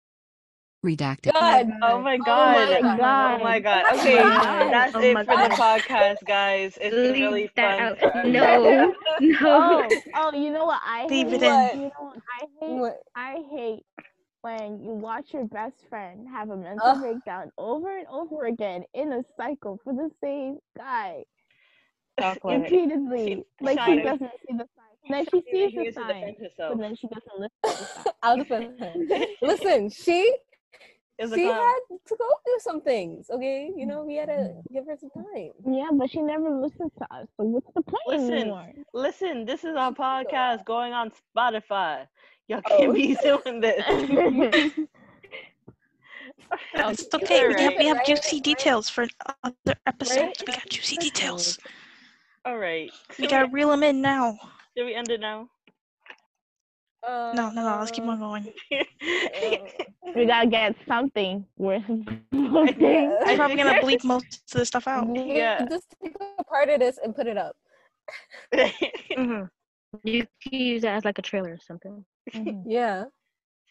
Speaker 6: Redacted.
Speaker 3: God.
Speaker 1: Oh my
Speaker 3: God.
Speaker 1: god. Oh my god.
Speaker 4: my
Speaker 1: Okay,
Speaker 4: God.
Speaker 1: that's
Speaker 2: Oh
Speaker 1: it
Speaker 2: my
Speaker 1: for the
Speaker 2: God.
Speaker 1: podcast, guys. It's been
Speaker 5: Leave
Speaker 1: really
Speaker 5: that
Speaker 1: fun.
Speaker 5: out.
Speaker 1: for us.
Speaker 5: No. no.
Speaker 4: Oh, oh, you know what I
Speaker 2: Leave
Speaker 4: hate?
Speaker 2: it in.
Speaker 4: You know what I hate?
Speaker 3: What-
Speaker 4: I hate when you watch your best friend have a mental
Speaker 3: Ugh.
Speaker 4: breakdown over and over again in a cycle for the same guy
Speaker 5: Talk about it.
Speaker 4: repeatedly.
Speaker 1: She-
Speaker 4: Like
Speaker 1: Shawna-
Speaker 4: she doesn't see the signs. And then she
Speaker 1: She
Speaker 4: sees the
Speaker 1: needs to
Speaker 4: signs,
Speaker 1: defend
Speaker 4: but
Speaker 1: herself.
Speaker 4: then she doesn't listen to the signs.
Speaker 3: I'll defend her. Listen, she
Speaker 1: It's a
Speaker 3: she
Speaker 1: con.
Speaker 3: had to go through some things. Okay, you know we had to
Speaker 1: Mm.
Speaker 3: give her some time.
Speaker 4: Yeah, but she never listens to us. So what's the point
Speaker 1: Listen.
Speaker 4: anymore?
Speaker 1: Listen, this is our
Speaker 3: She can go
Speaker 1: podcast going on Spotify. Y'all
Speaker 3: Oh.
Speaker 1: can't be doing this.
Speaker 2: it's okay. Oh, We have
Speaker 1: Alright.
Speaker 2: we have
Speaker 3: Right,
Speaker 2: juicy
Speaker 3: right.
Speaker 2: details for other episodes. We got juicy
Speaker 3: Right.
Speaker 2: details.
Speaker 1: All right.
Speaker 2: We
Speaker 1: Should
Speaker 2: gotta reel them in now.
Speaker 1: should we end it now?
Speaker 3: Uh,
Speaker 2: No, no, no. Let's keep on going.
Speaker 4: We gotta get something worth
Speaker 1: think-
Speaker 4: voting.
Speaker 1: I
Speaker 2: I'm probably
Speaker 1: think-
Speaker 2: gonna bleep most of the stuff out.
Speaker 1: Yeah.
Speaker 3: Oh, Just take a part of this and put it up.
Speaker 1: Mm-hmm.
Speaker 5: Mhm. You can use that as like a trailer or something.
Speaker 3: Yeah. Yeah,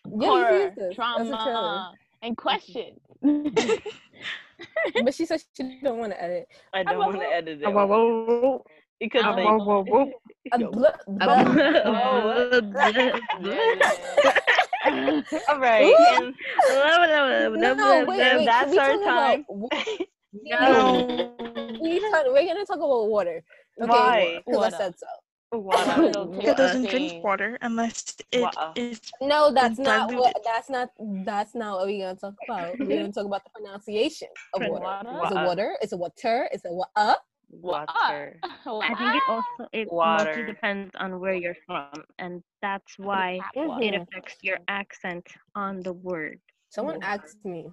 Speaker 3: you can
Speaker 4: Horror,
Speaker 3: use this as a trailer.
Speaker 4: trauma, and questions.
Speaker 3: But she said she don't want to edit.
Speaker 1: I don't want to edit it
Speaker 5: Whoa, whoa,
Speaker 1: because
Speaker 4: Oh,
Speaker 5: whoa,
Speaker 1: like,
Speaker 5: whoa, whoa, whoa.
Speaker 3: A
Speaker 1: Yo.
Speaker 3: bl- bl-
Speaker 1: Oh. all right.
Speaker 3: Ooh.
Speaker 1: and-
Speaker 3: no, wait, wait. can
Speaker 1: that's
Speaker 3: we
Speaker 1: our
Speaker 3: talk
Speaker 1: time.
Speaker 3: About, wa-
Speaker 2: No.
Speaker 3: we talk, we're gonna talk about water. Okay,
Speaker 1: Why?
Speaker 3: Because
Speaker 4: Water.
Speaker 3: I said so.
Speaker 1: Why?
Speaker 2: That doesn't drink water unless it
Speaker 1: Wow.
Speaker 2: is.
Speaker 3: No, that's
Speaker 2: And
Speaker 3: not what.
Speaker 2: diluted.
Speaker 3: That's not. That's not what we're gonna talk about. We're gonna talk about the pronunciation of
Speaker 5: Pron-
Speaker 3: water.
Speaker 1: Wa- uh.
Speaker 3: Is it water? Is it water? Is it uh? water?
Speaker 4: Ah,
Speaker 1: Water.
Speaker 5: I think it also it
Speaker 1: Water.
Speaker 5: mostly depends on where you're from, and that's why it
Speaker 3: Mhm.
Speaker 5: affects your accent on the word.
Speaker 3: Someone asked me.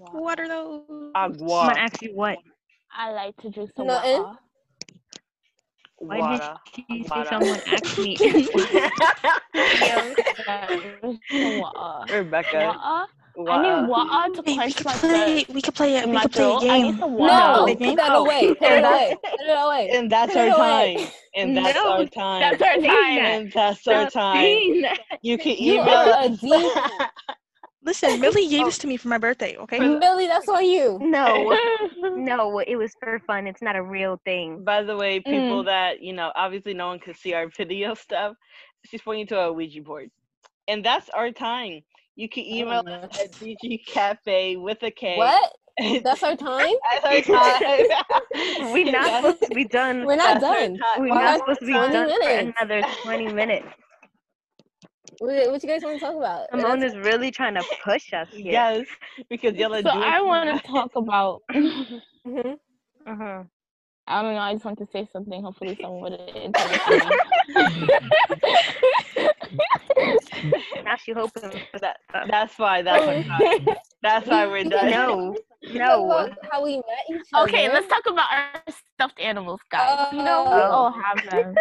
Speaker 2: What are those?
Speaker 5: Someone
Speaker 1: Agua.
Speaker 5: asks you what?
Speaker 4: I like to drink some
Speaker 3: No, and-
Speaker 4: water.
Speaker 5: Why
Speaker 1: Water.
Speaker 5: did you say
Speaker 1: Water.
Speaker 5: someone asked me?
Speaker 4: Yeah, some water.
Speaker 1: Rebecca.
Speaker 4: Water. I
Speaker 1: Water.
Speaker 4: need water to
Speaker 2: Hey, we
Speaker 4: quench
Speaker 2: could
Speaker 4: my
Speaker 2: play.
Speaker 4: thirst.
Speaker 2: We could play it.
Speaker 4: in
Speaker 2: We
Speaker 4: my
Speaker 2: could play a
Speaker 4: throat. I need
Speaker 2: game.
Speaker 4: some
Speaker 3: No,
Speaker 4: water.
Speaker 2: Wait,
Speaker 3: put
Speaker 2: man.
Speaker 3: that away. Put it
Speaker 1: And
Speaker 3: away. Put it away.
Speaker 1: And that's our
Speaker 3: No way.
Speaker 1: time. And that's
Speaker 5: No,
Speaker 1: our time.
Speaker 4: That's our
Speaker 5: Say
Speaker 4: time.
Speaker 5: that.
Speaker 1: and that's our
Speaker 5: Stop
Speaker 1: time.
Speaker 5: saying that.
Speaker 1: You can
Speaker 3: You
Speaker 1: email
Speaker 3: are a
Speaker 1: us.
Speaker 3: D.
Speaker 2: Listen, Millie gave this to me for my birthday. Okay.
Speaker 3: Millie, that's on you.
Speaker 5: No, no, it was for fun. It's not a real thing.
Speaker 1: By the way, people that you know, obviously no one could see our video stuff. She's pointing to a Ouija board, and that's our time. You can email
Speaker 4: Oh,
Speaker 3: know.
Speaker 1: us at DG Cafe with a K.
Speaker 3: Oh What?
Speaker 1: that's
Speaker 3: That's our time?
Speaker 1: our time.
Speaker 5: We're not
Speaker 1: That's-
Speaker 5: supposed to be done.
Speaker 3: We're not
Speaker 1: that's our
Speaker 3: done.
Speaker 1: time.
Speaker 5: We're
Speaker 3: Why
Speaker 5: not
Speaker 3: not
Speaker 5: supposed to be
Speaker 3: 20
Speaker 5: done
Speaker 3: minutes?
Speaker 5: for another 20 minutes.
Speaker 3: What, what you guys want to talk about?
Speaker 5: Simone is really trying to push us here.
Speaker 1: Yes, because y'all are
Speaker 4: So
Speaker 1: doing
Speaker 4: I
Speaker 1: too
Speaker 4: want
Speaker 1: much.
Speaker 4: to talk about. I
Speaker 3: Mhm.
Speaker 5: Uh-huh.
Speaker 4: don't know. I just want to say something. Hopefully, someone would interrupt me.
Speaker 5: Now she hoping for that stuff.
Speaker 1: That's why. That's our time. That's why we're done.
Speaker 5: No,
Speaker 3: Talk
Speaker 5: no.
Speaker 3: about how we met each other.
Speaker 4: Okay, let's talk about our stuffed animals, guys.
Speaker 3: Uh,
Speaker 4: you know we
Speaker 2: Oh.
Speaker 4: all have them.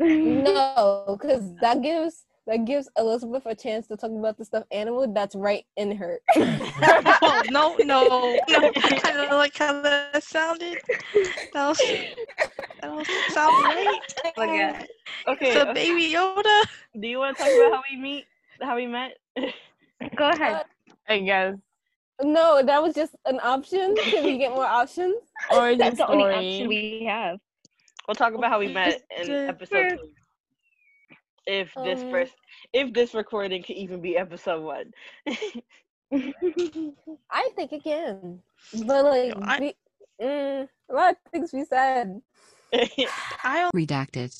Speaker 3: No, because that gives that gives Elizabeth a chance to talk about the stuffed animal that's right in her.
Speaker 2: Oh, no, no, no. I don't like how that sounded. That was. That don't sound right.
Speaker 5: Look at-
Speaker 1: Okay.
Speaker 2: The
Speaker 1: okay.
Speaker 2: baby Yoda.
Speaker 1: Do you want to talk about how we meet? How we met?
Speaker 5: Go ahead.
Speaker 4: I guess
Speaker 3: No, that was just an option. Can we get more options?
Speaker 4: Origin
Speaker 5: That's the
Speaker 4: story.
Speaker 5: only option we have.
Speaker 1: We'll talk about how we met in
Speaker 2: Just, uh,
Speaker 1: episode two. If this
Speaker 5: Oh.
Speaker 3: um,
Speaker 1: first, if this recording can even be episode one,
Speaker 3: I think it can, but like
Speaker 2: No, I-
Speaker 3: we- mm, a lot of things we said.
Speaker 2: I
Speaker 6: redacted,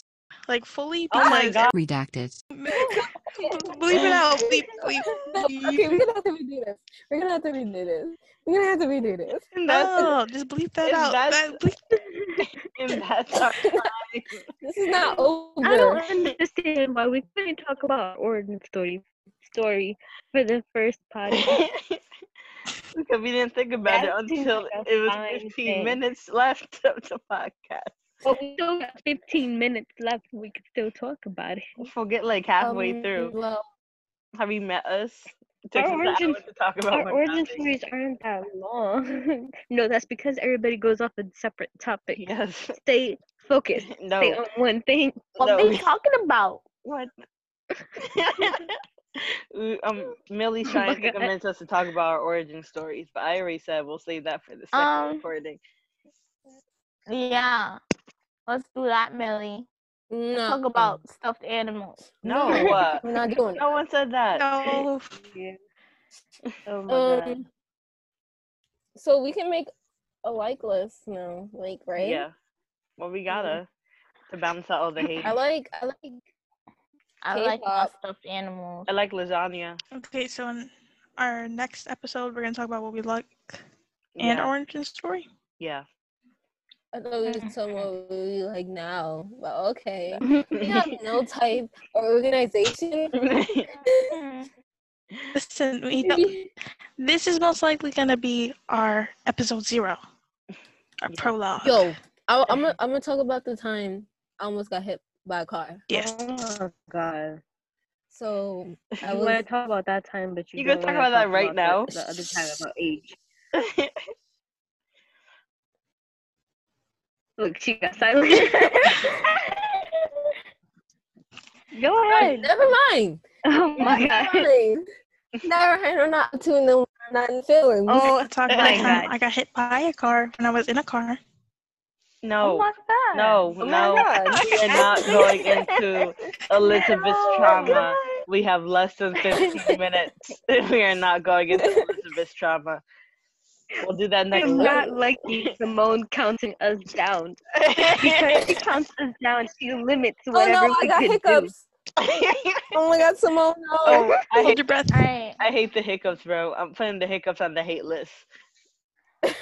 Speaker 2: like fully.
Speaker 1: oh my
Speaker 2: because-
Speaker 1: god,
Speaker 6: redacted,
Speaker 2: Bleep it out. Bleep, bleep,
Speaker 3: No, okay, we're
Speaker 2: bleep.
Speaker 3: gonna have to redo this. We're gonna have to redo this. We're gonna have to redo this.
Speaker 2: No, just bleep that
Speaker 1: If
Speaker 2: out.
Speaker 1: that's-
Speaker 2: That, bleep.
Speaker 1: and that's our
Speaker 3: This is not
Speaker 5: I
Speaker 3: over.
Speaker 5: don't understand why we couldn't talk about our origin story story for the first podcast.
Speaker 1: because we didn't think about
Speaker 5: That
Speaker 1: it
Speaker 5: seems
Speaker 1: until
Speaker 5: like a
Speaker 1: it was
Speaker 5: fine
Speaker 1: 15
Speaker 5: thing.
Speaker 1: minutes left of the podcast.
Speaker 5: But we still got 15 minutes left. We could still talk about it.
Speaker 1: We forget like halfway
Speaker 3: Um,
Speaker 1: through
Speaker 3: well,
Speaker 1: how he met us.
Speaker 5: Our
Speaker 1: Took us an hour
Speaker 5: origins-
Speaker 1: to talk about
Speaker 5: Our
Speaker 1: one
Speaker 5: origin
Speaker 1: topic.
Speaker 5: stories aren't that long. no, that's because everybody goes off on separate topics.
Speaker 1: Yes.
Speaker 5: Stay focused. Stay
Speaker 1: No.
Speaker 5: on one thing.
Speaker 4: What
Speaker 1: no.
Speaker 4: are they talking about?
Speaker 1: What? We- um, Millie's
Speaker 5: Oh
Speaker 1: trying
Speaker 5: my
Speaker 1: to
Speaker 5: God.
Speaker 1: convince us to talk about our origin stories, but I already said we'll save that for the second
Speaker 4: Um,
Speaker 1: recording.
Speaker 4: Yeah. Let's do that, Millie.
Speaker 3: no,
Speaker 4: Talk about stuffed animals.
Speaker 1: No,
Speaker 3: no.
Speaker 1: uh,
Speaker 3: I'm not doing it.
Speaker 1: no one said that.
Speaker 2: No.
Speaker 5: Oh my god.
Speaker 3: Um, so we can make a like list now, like right? Mm-hmm.
Speaker 1: Yeah. Well, we gotta to balance out all the hate.
Speaker 3: I like, I like.
Speaker 4: I like my
Speaker 3: K-pop.
Speaker 4: stuffed animals.
Speaker 1: I like lasagna.
Speaker 2: Okay, so in our next episode, we're gonna talk about what we like and
Speaker 1: yeah.
Speaker 2: origin story.
Speaker 1: yeah.
Speaker 3: I thought we were talking about what we like now, but okay. We have
Speaker 1: yeah.
Speaker 3: no type or organization.
Speaker 2: Listen, we don't, this is most likely gonna be our episode zero, our
Speaker 1: Yeah.
Speaker 2: prologue.
Speaker 3: Yo, I, I'm gonna I'm gonna talk about the time I almost got hit by a car.
Speaker 2: Yes.
Speaker 5: Oh my god.
Speaker 3: So I
Speaker 5: You
Speaker 3: was
Speaker 5: want to talk about that time, but you
Speaker 1: You gonna
Speaker 5: don't
Speaker 1: talk
Speaker 5: wanna
Speaker 1: about that right now?
Speaker 5: about The, the other time about age. Look, she got silent. Go ahead.
Speaker 3: never mind.
Speaker 5: Oh my
Speaker 3: Never
Speaker 5: god.
Speaker 3: mind. never mind. I'm not tuned in. I'm not in feelings.
Speaker 2: Oh, it's talk about
Speaker 1: my
Speaker 2: the time
Speaker 5: God.
Speaker 2: I got hit by a car when I was in a car.
Speaker 1: no.
Speaker 5: my god.
Speaker 1: no,
Speaker 3: Oh my
Speaker 1: no.
Speaker 3: God.
Speaker 1: We are not going into Elizabeth's trauma. We have less than 15 minutes. We are not going into Elizabeth's trauma. We'll do that next
Speaker 5: I'm
Speaker 1: time.
Speaker 5: not like you, Simone counting us down. Because she counts us down, she limits
Speaker 3: Oh
Speaker 5: whatever
Speaker 3: no, I
Speaker 5: we
Speaker 3: got
Speaker 5: could
Speaker 3: hiccups. Oh my god, Simone, no.
Speaker 1: oh, I
Speaker 2: Hold
Speaker 1: hate,
Speaker 2: your breath.
Speaker 4: All right.
Speaker 1: I hate the hiccups, bro. I'm putting the hiccups on the hate list.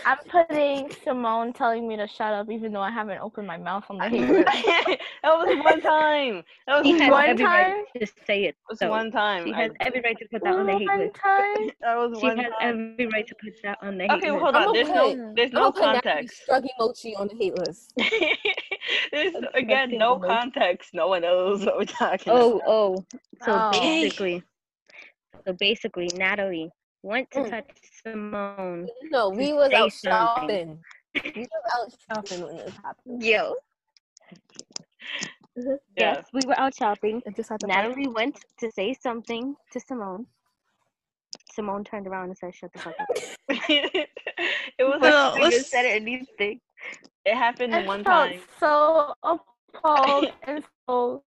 Speaker 4: I'm putting Simone telling me to shut up, even though I haven't opened my mouth on the hate
Speaker 1: that was one time. That
Speaker 5: do. She
Speaker 1: was
Speaker 5: has
Speaker 1: one,
Speaker 4: One
Speaker 1: that
Speaker 5: every
Speaker 4: time-
Speaker 5: right to say it.
Speaker 1: was
Speaker 5: though.
Speaker 1: one time.
Speaker 5: She has every right to put that on the hate
Speaker 4: One
Speaker 5: list.
Speaker 4: time.
Speaker 1: that was
Speaker 5: She
Speaker 1: one
Speaker 5: has
Speaker 1: time.
Speaker 5: every right to put that on the hate
Speaker 1: Okay,
Speaker 5: list.
Speaker 1: well, hold
Speaker 3: I'm
Speaker 1: on. There's
Speaker 3: okay.
Speaker 1: no, there's
Speaker 3: I'm
Speaker 1: no
Speaker 3: gonna put Natalie
Speaker 1: context.
Speaker 3: Struck emoji on the hate list.
Speaker 1: There's
Speaker 5: That's
Speaker 1: again
Speaker 5: nothing
Speaker 1: no
Speaker 5: emotional.
Speaker 1: context. No one knows what we're talking
Speaker 5: Oh, oh. So
Speaker 4: Oh.
Speaker 2: Okay.
Speaker 5: basically, so basically, Natalie went to
Speaker 3: Mm.
Speaker 5: touch Simone.
Speaker 3: No,
Speaker 5: to
Speaker 3: we was
Speaker 5: say
Speaker 3: out
Speaker 5: something.
Speaker 3: shopping. We was out shopping when this happened.
Speaker 5: Yo.
Speaker 1: Yeah.
Speaker 5: Yes, we were out shopping.
Speaker 3: It just happened.
Speaker 5: Natalie went to say something to Simone. Simone turned around and said, "Shut the fuck up."
Speaker 1: it was like
Speaker 2: Well,
Speaker 5: You
Speaker 2: let's,
Speaker 5: just said anything.
Speaker 1: it happened
Speaker 4: I
Speaker 1: one
Speaker 4: felt
Speaker 1: time.
Speaker 4: so appalled and so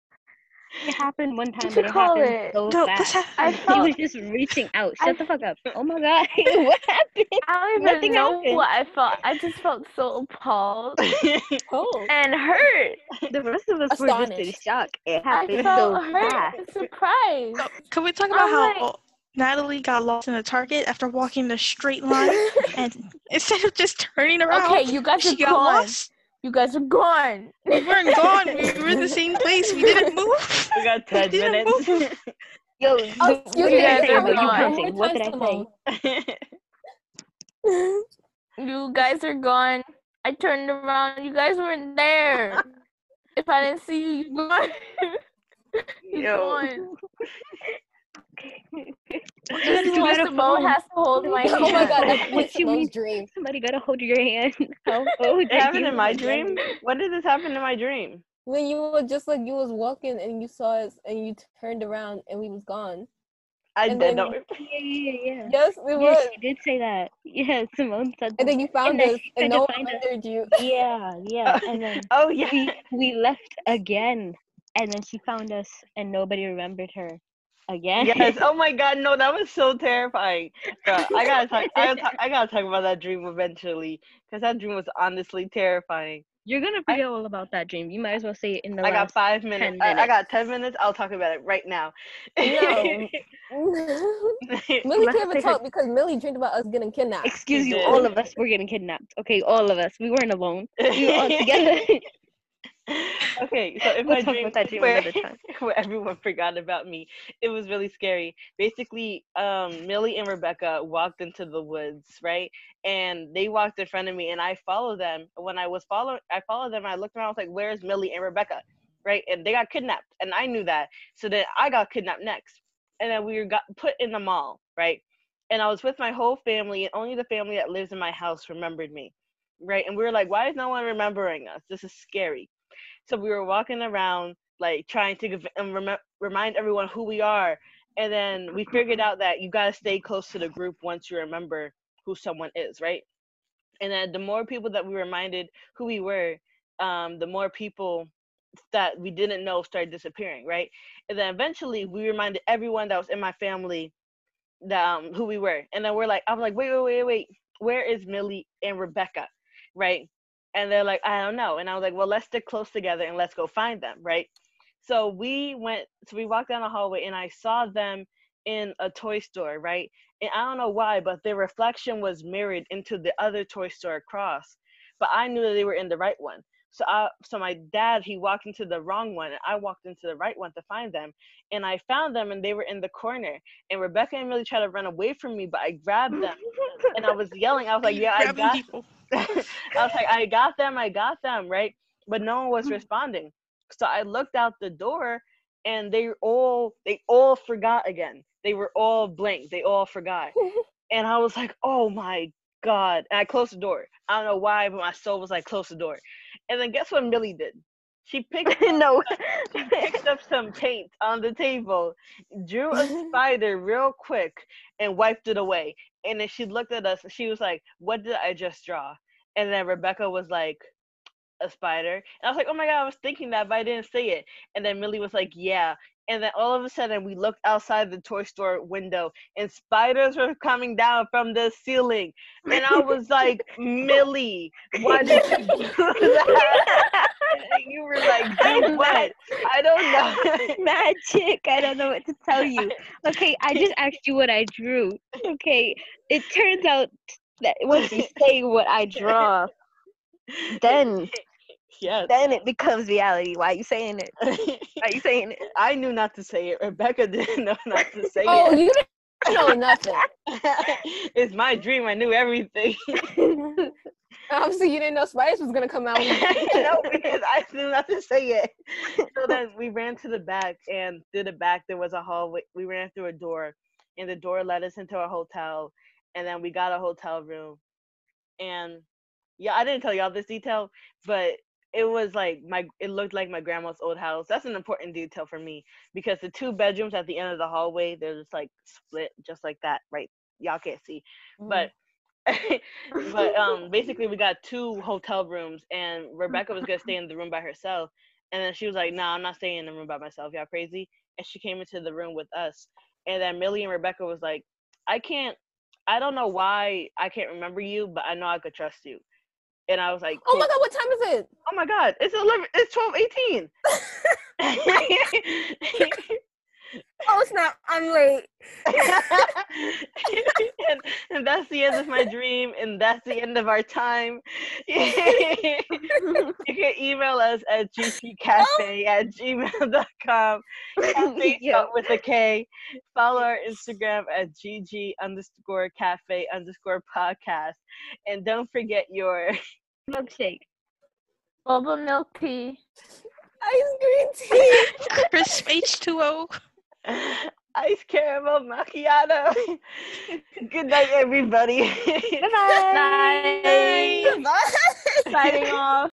Speaker 5: It happened one time,
Speaker 4: you
Speaker 5: but it
Speaker 4: call
Speaker 5: happened
Speaker 4: it?
Speaker 5: so
Speaker 2: no, this
Speaker 5: fast.
Speaker 4: I
Speaker 2: happened.
Speaker 5: He
Speaker 4: felt
Speaker 5: was just reaching out.
Speaker 4: I-
Speaker 5: Shut the fuck up. Oh my god, what happened?
Speaker 4: I don't
Speaker 5: Nothing
Speaker 4: even know
Speaker 5: happened.
Speaker 4: what I felt. I just felt so appalled
Speaker 3: Oh,
Speaker 4: and hurt.
Speaker 5: The rest of us were just in
Speaker 3: Astonished.
Speaker 5: shock. It
Speaker 4: I
Speaker 5: happened so
Speaker 4: felt hurt
Speaker 5: fast.
Speaker 4: and surprised.
Speaker 2: No, Can we
Speaker 1: Oh
Speaker 2: talk about
Speaker 4: I'm
Speaker 2: how
Speaker 4: like-
Speaker 2: Natalie got lost in a Target after walking the straight line and instead of just turning around,
Speaker 4: Okay, you guys
Speaker 2: she
Speaker 4: are
Speaker 2: got
Speaker 4: gone.
Speaker 2: lost?
Speaker 4: You guys are gone.
Speaker 2: We weren't gone. We were in the same place. We didn't move.
Speaker 1: We got ten
Speaker 2: didn't
Speaker 1: minutes.
Speaker 5: Yo,
Speaker 3: Oh,
Speaker 5: the-
Speaker 3: excuse
Speaker 5: what
Speaker 3: me,
Speaker 5: did I
Speaker 4: guys
Speaker 5: say
Speaker 4: are
Speaker 5: about you
Speaker 4: gone.
Speaker 5: counting? What did I say?
Speaker 3: One Oh
Speaker 4: You guys are gone. I turned around. You guys weren't there. If I didn't see you, you gone. you gone. This
Speaker 5: You
Speaker 4: is why
Speaker 5: got a
Speaker 4: Simone
Speaker 5: phone.
Speaker 4: has to hold my hand.
Speaker 5: Oh
Speaker 3: Oh my god, that's
Speaker 5: What you
Speaker 3: Simone's
Speaker 5: mean?
Speaker 3: dream.
Speaker 5: Somebody gotta hold your hand. How old
Speaker 1: it
Speaker 5: are
Speaker 1: happened
Speaker 5: you?
Speaker 1: in my dream. When did this happen in my dream?
Speaker 3: When you were just like you was walking and you saw us and you turned around and we was gone.
Speaker 1: I
Speaker 3: And
Speaker 1: did
Speaker 3: then-
Speaker 1: not.
Speaker 5: Yeah, yeah, yeah.
Speaker 3: Yes, it
Speaker 5: Yeah,
Speaker 3: was.
Speaker 5: she did say that. Yeah, Simone said that.
Speaker 3: And then you found
Speaker 5: then
Speaker 3: us,
Speaker 5: she
Speaker 3: and
Speaker 5: said
Speaker 3: no
Speaker 5: to
Speaker 3: one
Speaker 5: find us.
Speaker 3: bothered you.
Speaker 5: yeah, yeah. And then
Speaker 1: Oh yeah.
Speaker 5: we we left again, and then she found us, and nobody remembered her again.
Speaker 1: Yes. Oh my God. No, that was so terrifying. Bruh, I gotta talk. I gotta talk, I gotta talk about that dream eventually, because that dream was honestly terrifying.
Speaker 5: You're gonna
Speaker 1: I-
Speaker 5: forget all about that dream. You might as well say it in the
Speaker 1: I got
Speaker 5: last.
Speaker 1: five minutes.
Speaker 5: 10
Speaker 1: I, I
Speaker 5: minutes.
Speaker 1: got ten minutes. I'll talk about it right now.
Speaker 3: No. Millie
Speaker 5: Let's
Speaker 3: can't even
Speaker 5: take her-
Speaker 3: talk because Millie dreamed about us getting kidnapped.
Speaker 5: Excuse you,
Speaker 1: did.
Speaker 5: all of us were getting kidnapped. Okay, all of us. We weren't alone. We were all together.
Speaker 1: okay, so if
Speaker 5: we'll
Speaker 1: I
Speaker 5: talk
Speaker 1: dream
Speaker 5: about that dream
Speaker 1: where,
Speaker 5: another time.
Speaker 1: where everyone forgot about me, it was really scary. Basically, um, Millie and Rebecca walked into the woods, right? And they walked in front of me, and I followed them. When I was following, I followed them. I looked around. I was like, "Where's Millie and Rebecca?" Right? And they got kidnapped, and I knew that. So then I got kidnapped next, and then we were got put in the mall, right? And I was with my whole family, and only the family that lives in my house remembered me, right? And we were like, "Why is no one remembering us? This is scary." So we were walking around, like trying to give, and rem- remind everyone who we are. And then we figured out that you gotta stay close to the group once you remember who someone is, right? And then the more people that we reminded who we were, um, the more people that we didn't know started disappearing, right? And then eventually we reminded everyone that was in my family that um, who we were. And then we're like, I'm like, wait, wait, wait, wait, where is Millie and Rebecca, right? And they're like, I don't know. And I was like, well, let's stick close together and let's go find them, right? So we went, so we walked down the hallway and I saw them in a toy store, right? And I don't know why, but their reflection was mirrored into the other toy store across. But I knew that they were in the right one. So I, so my dad, he walked into the wrong one and I walked into the right one to find them. And I found them and they were in the corner. And Rebecca and Millie tried to run away from me, but I
Speaker 4: Mm.
Speaker 1: grabbed them and I was yelling. I was like, yeah, I
Speaker 2: grabbing
Speaker 1: got
Speaker 2: people.
Speaker 1: I was like, I got them, I got them, right? But no one was responding. So I looked out the door and they all they all forgot again. They were all blank. They all forgot. And I was like, oh my God. And I closed the door. I don't know why, but my soul was like, close the door. And then guess what Millie did? She picked
Speaker 5: no.
Speaker 1: she picked up some paint on the table, drew a spider real quick, and wiped it away. And then she looked at us and she was like, What did I just draw? And then Rebecca was like, A spider. And I was like, Oh my God, I was thinking that, but I didn't say it. And then Millie was like, Yeah. And then all of a sudden, we looked outside the toy store window and spiders were coming down from the ceiling. And I was like, Millie, why did you do that? And you were like, Do what? I don't know.
Speaker 5: Magic. I don't know what to tell you. Okay, I just asked you what I drew. Okay, it turns out that once you say what I draw, then
Speaker 1: yes.
Speaker 5: then it becomes reality. Why are you saying it? Why are you saying it?
Speaker 1: I knew not to say it. Rebecca didn't know not to say
Speaker 3: Oh, you didn't know nothing.
Speaker 1: it. it's my dream. I knew everything.
Speaker 3: Obviously, you didn't know spiders was gonna come out.
Speaker 1: no, because I knew not to say it. So then we ran to the back, and through the back there was a hallway. We ran through a door, and the door led us into a hotel, and then we got a hotel room. And yeah, I didn't tell y'all this detail, but it was like my. It looked like my grandma's old house. That's an important detail for me because the two bedrooms at the end of the hallway they're just like split, just like that, right? Y'all can't see, but
Speaker 3: Mm.
Speaker 1: but um basically we got two hotel rooms and Rebecca was gonna stay in the room by herself and then she was like, nah, I'm not staying in the room by myself, y'all crazy and she came into the room with us and then Millie and Rebecca was like, I can't I don't know why I can't remember you, but I know I could trust you. And I was like,
Speaker 3: oh my
Speaker 1: "Cool."
Speaker 3: god, what time is it?
Speaker 1: oh my god, it's eleven it's twelve eighteen.
Speaker 3: Oh snap, I'm late.
Speaker 1: and, and that's the end of my dream, and that's the end of our time. you can email us at gpcafe at gmail.com. Cafe
Speaker 5: Yeah.
Speaker 1: spelled with a K. Follow our Instagram at gg underscore cafe underscore podcast. And don't forget your
Speaker 5: Milkshake.
Speaker 4: Bubble milk tea.
Speaker 3: Ice green tea.
Speaker 2: Crisp H2O.
Speaker 1: ice caramel macchiato. Good night, everybody.
Speaker 4: Bye.
Speaker 5: Bye-bye.
Speaker 3: Bye.
Speaker 4: Signing off.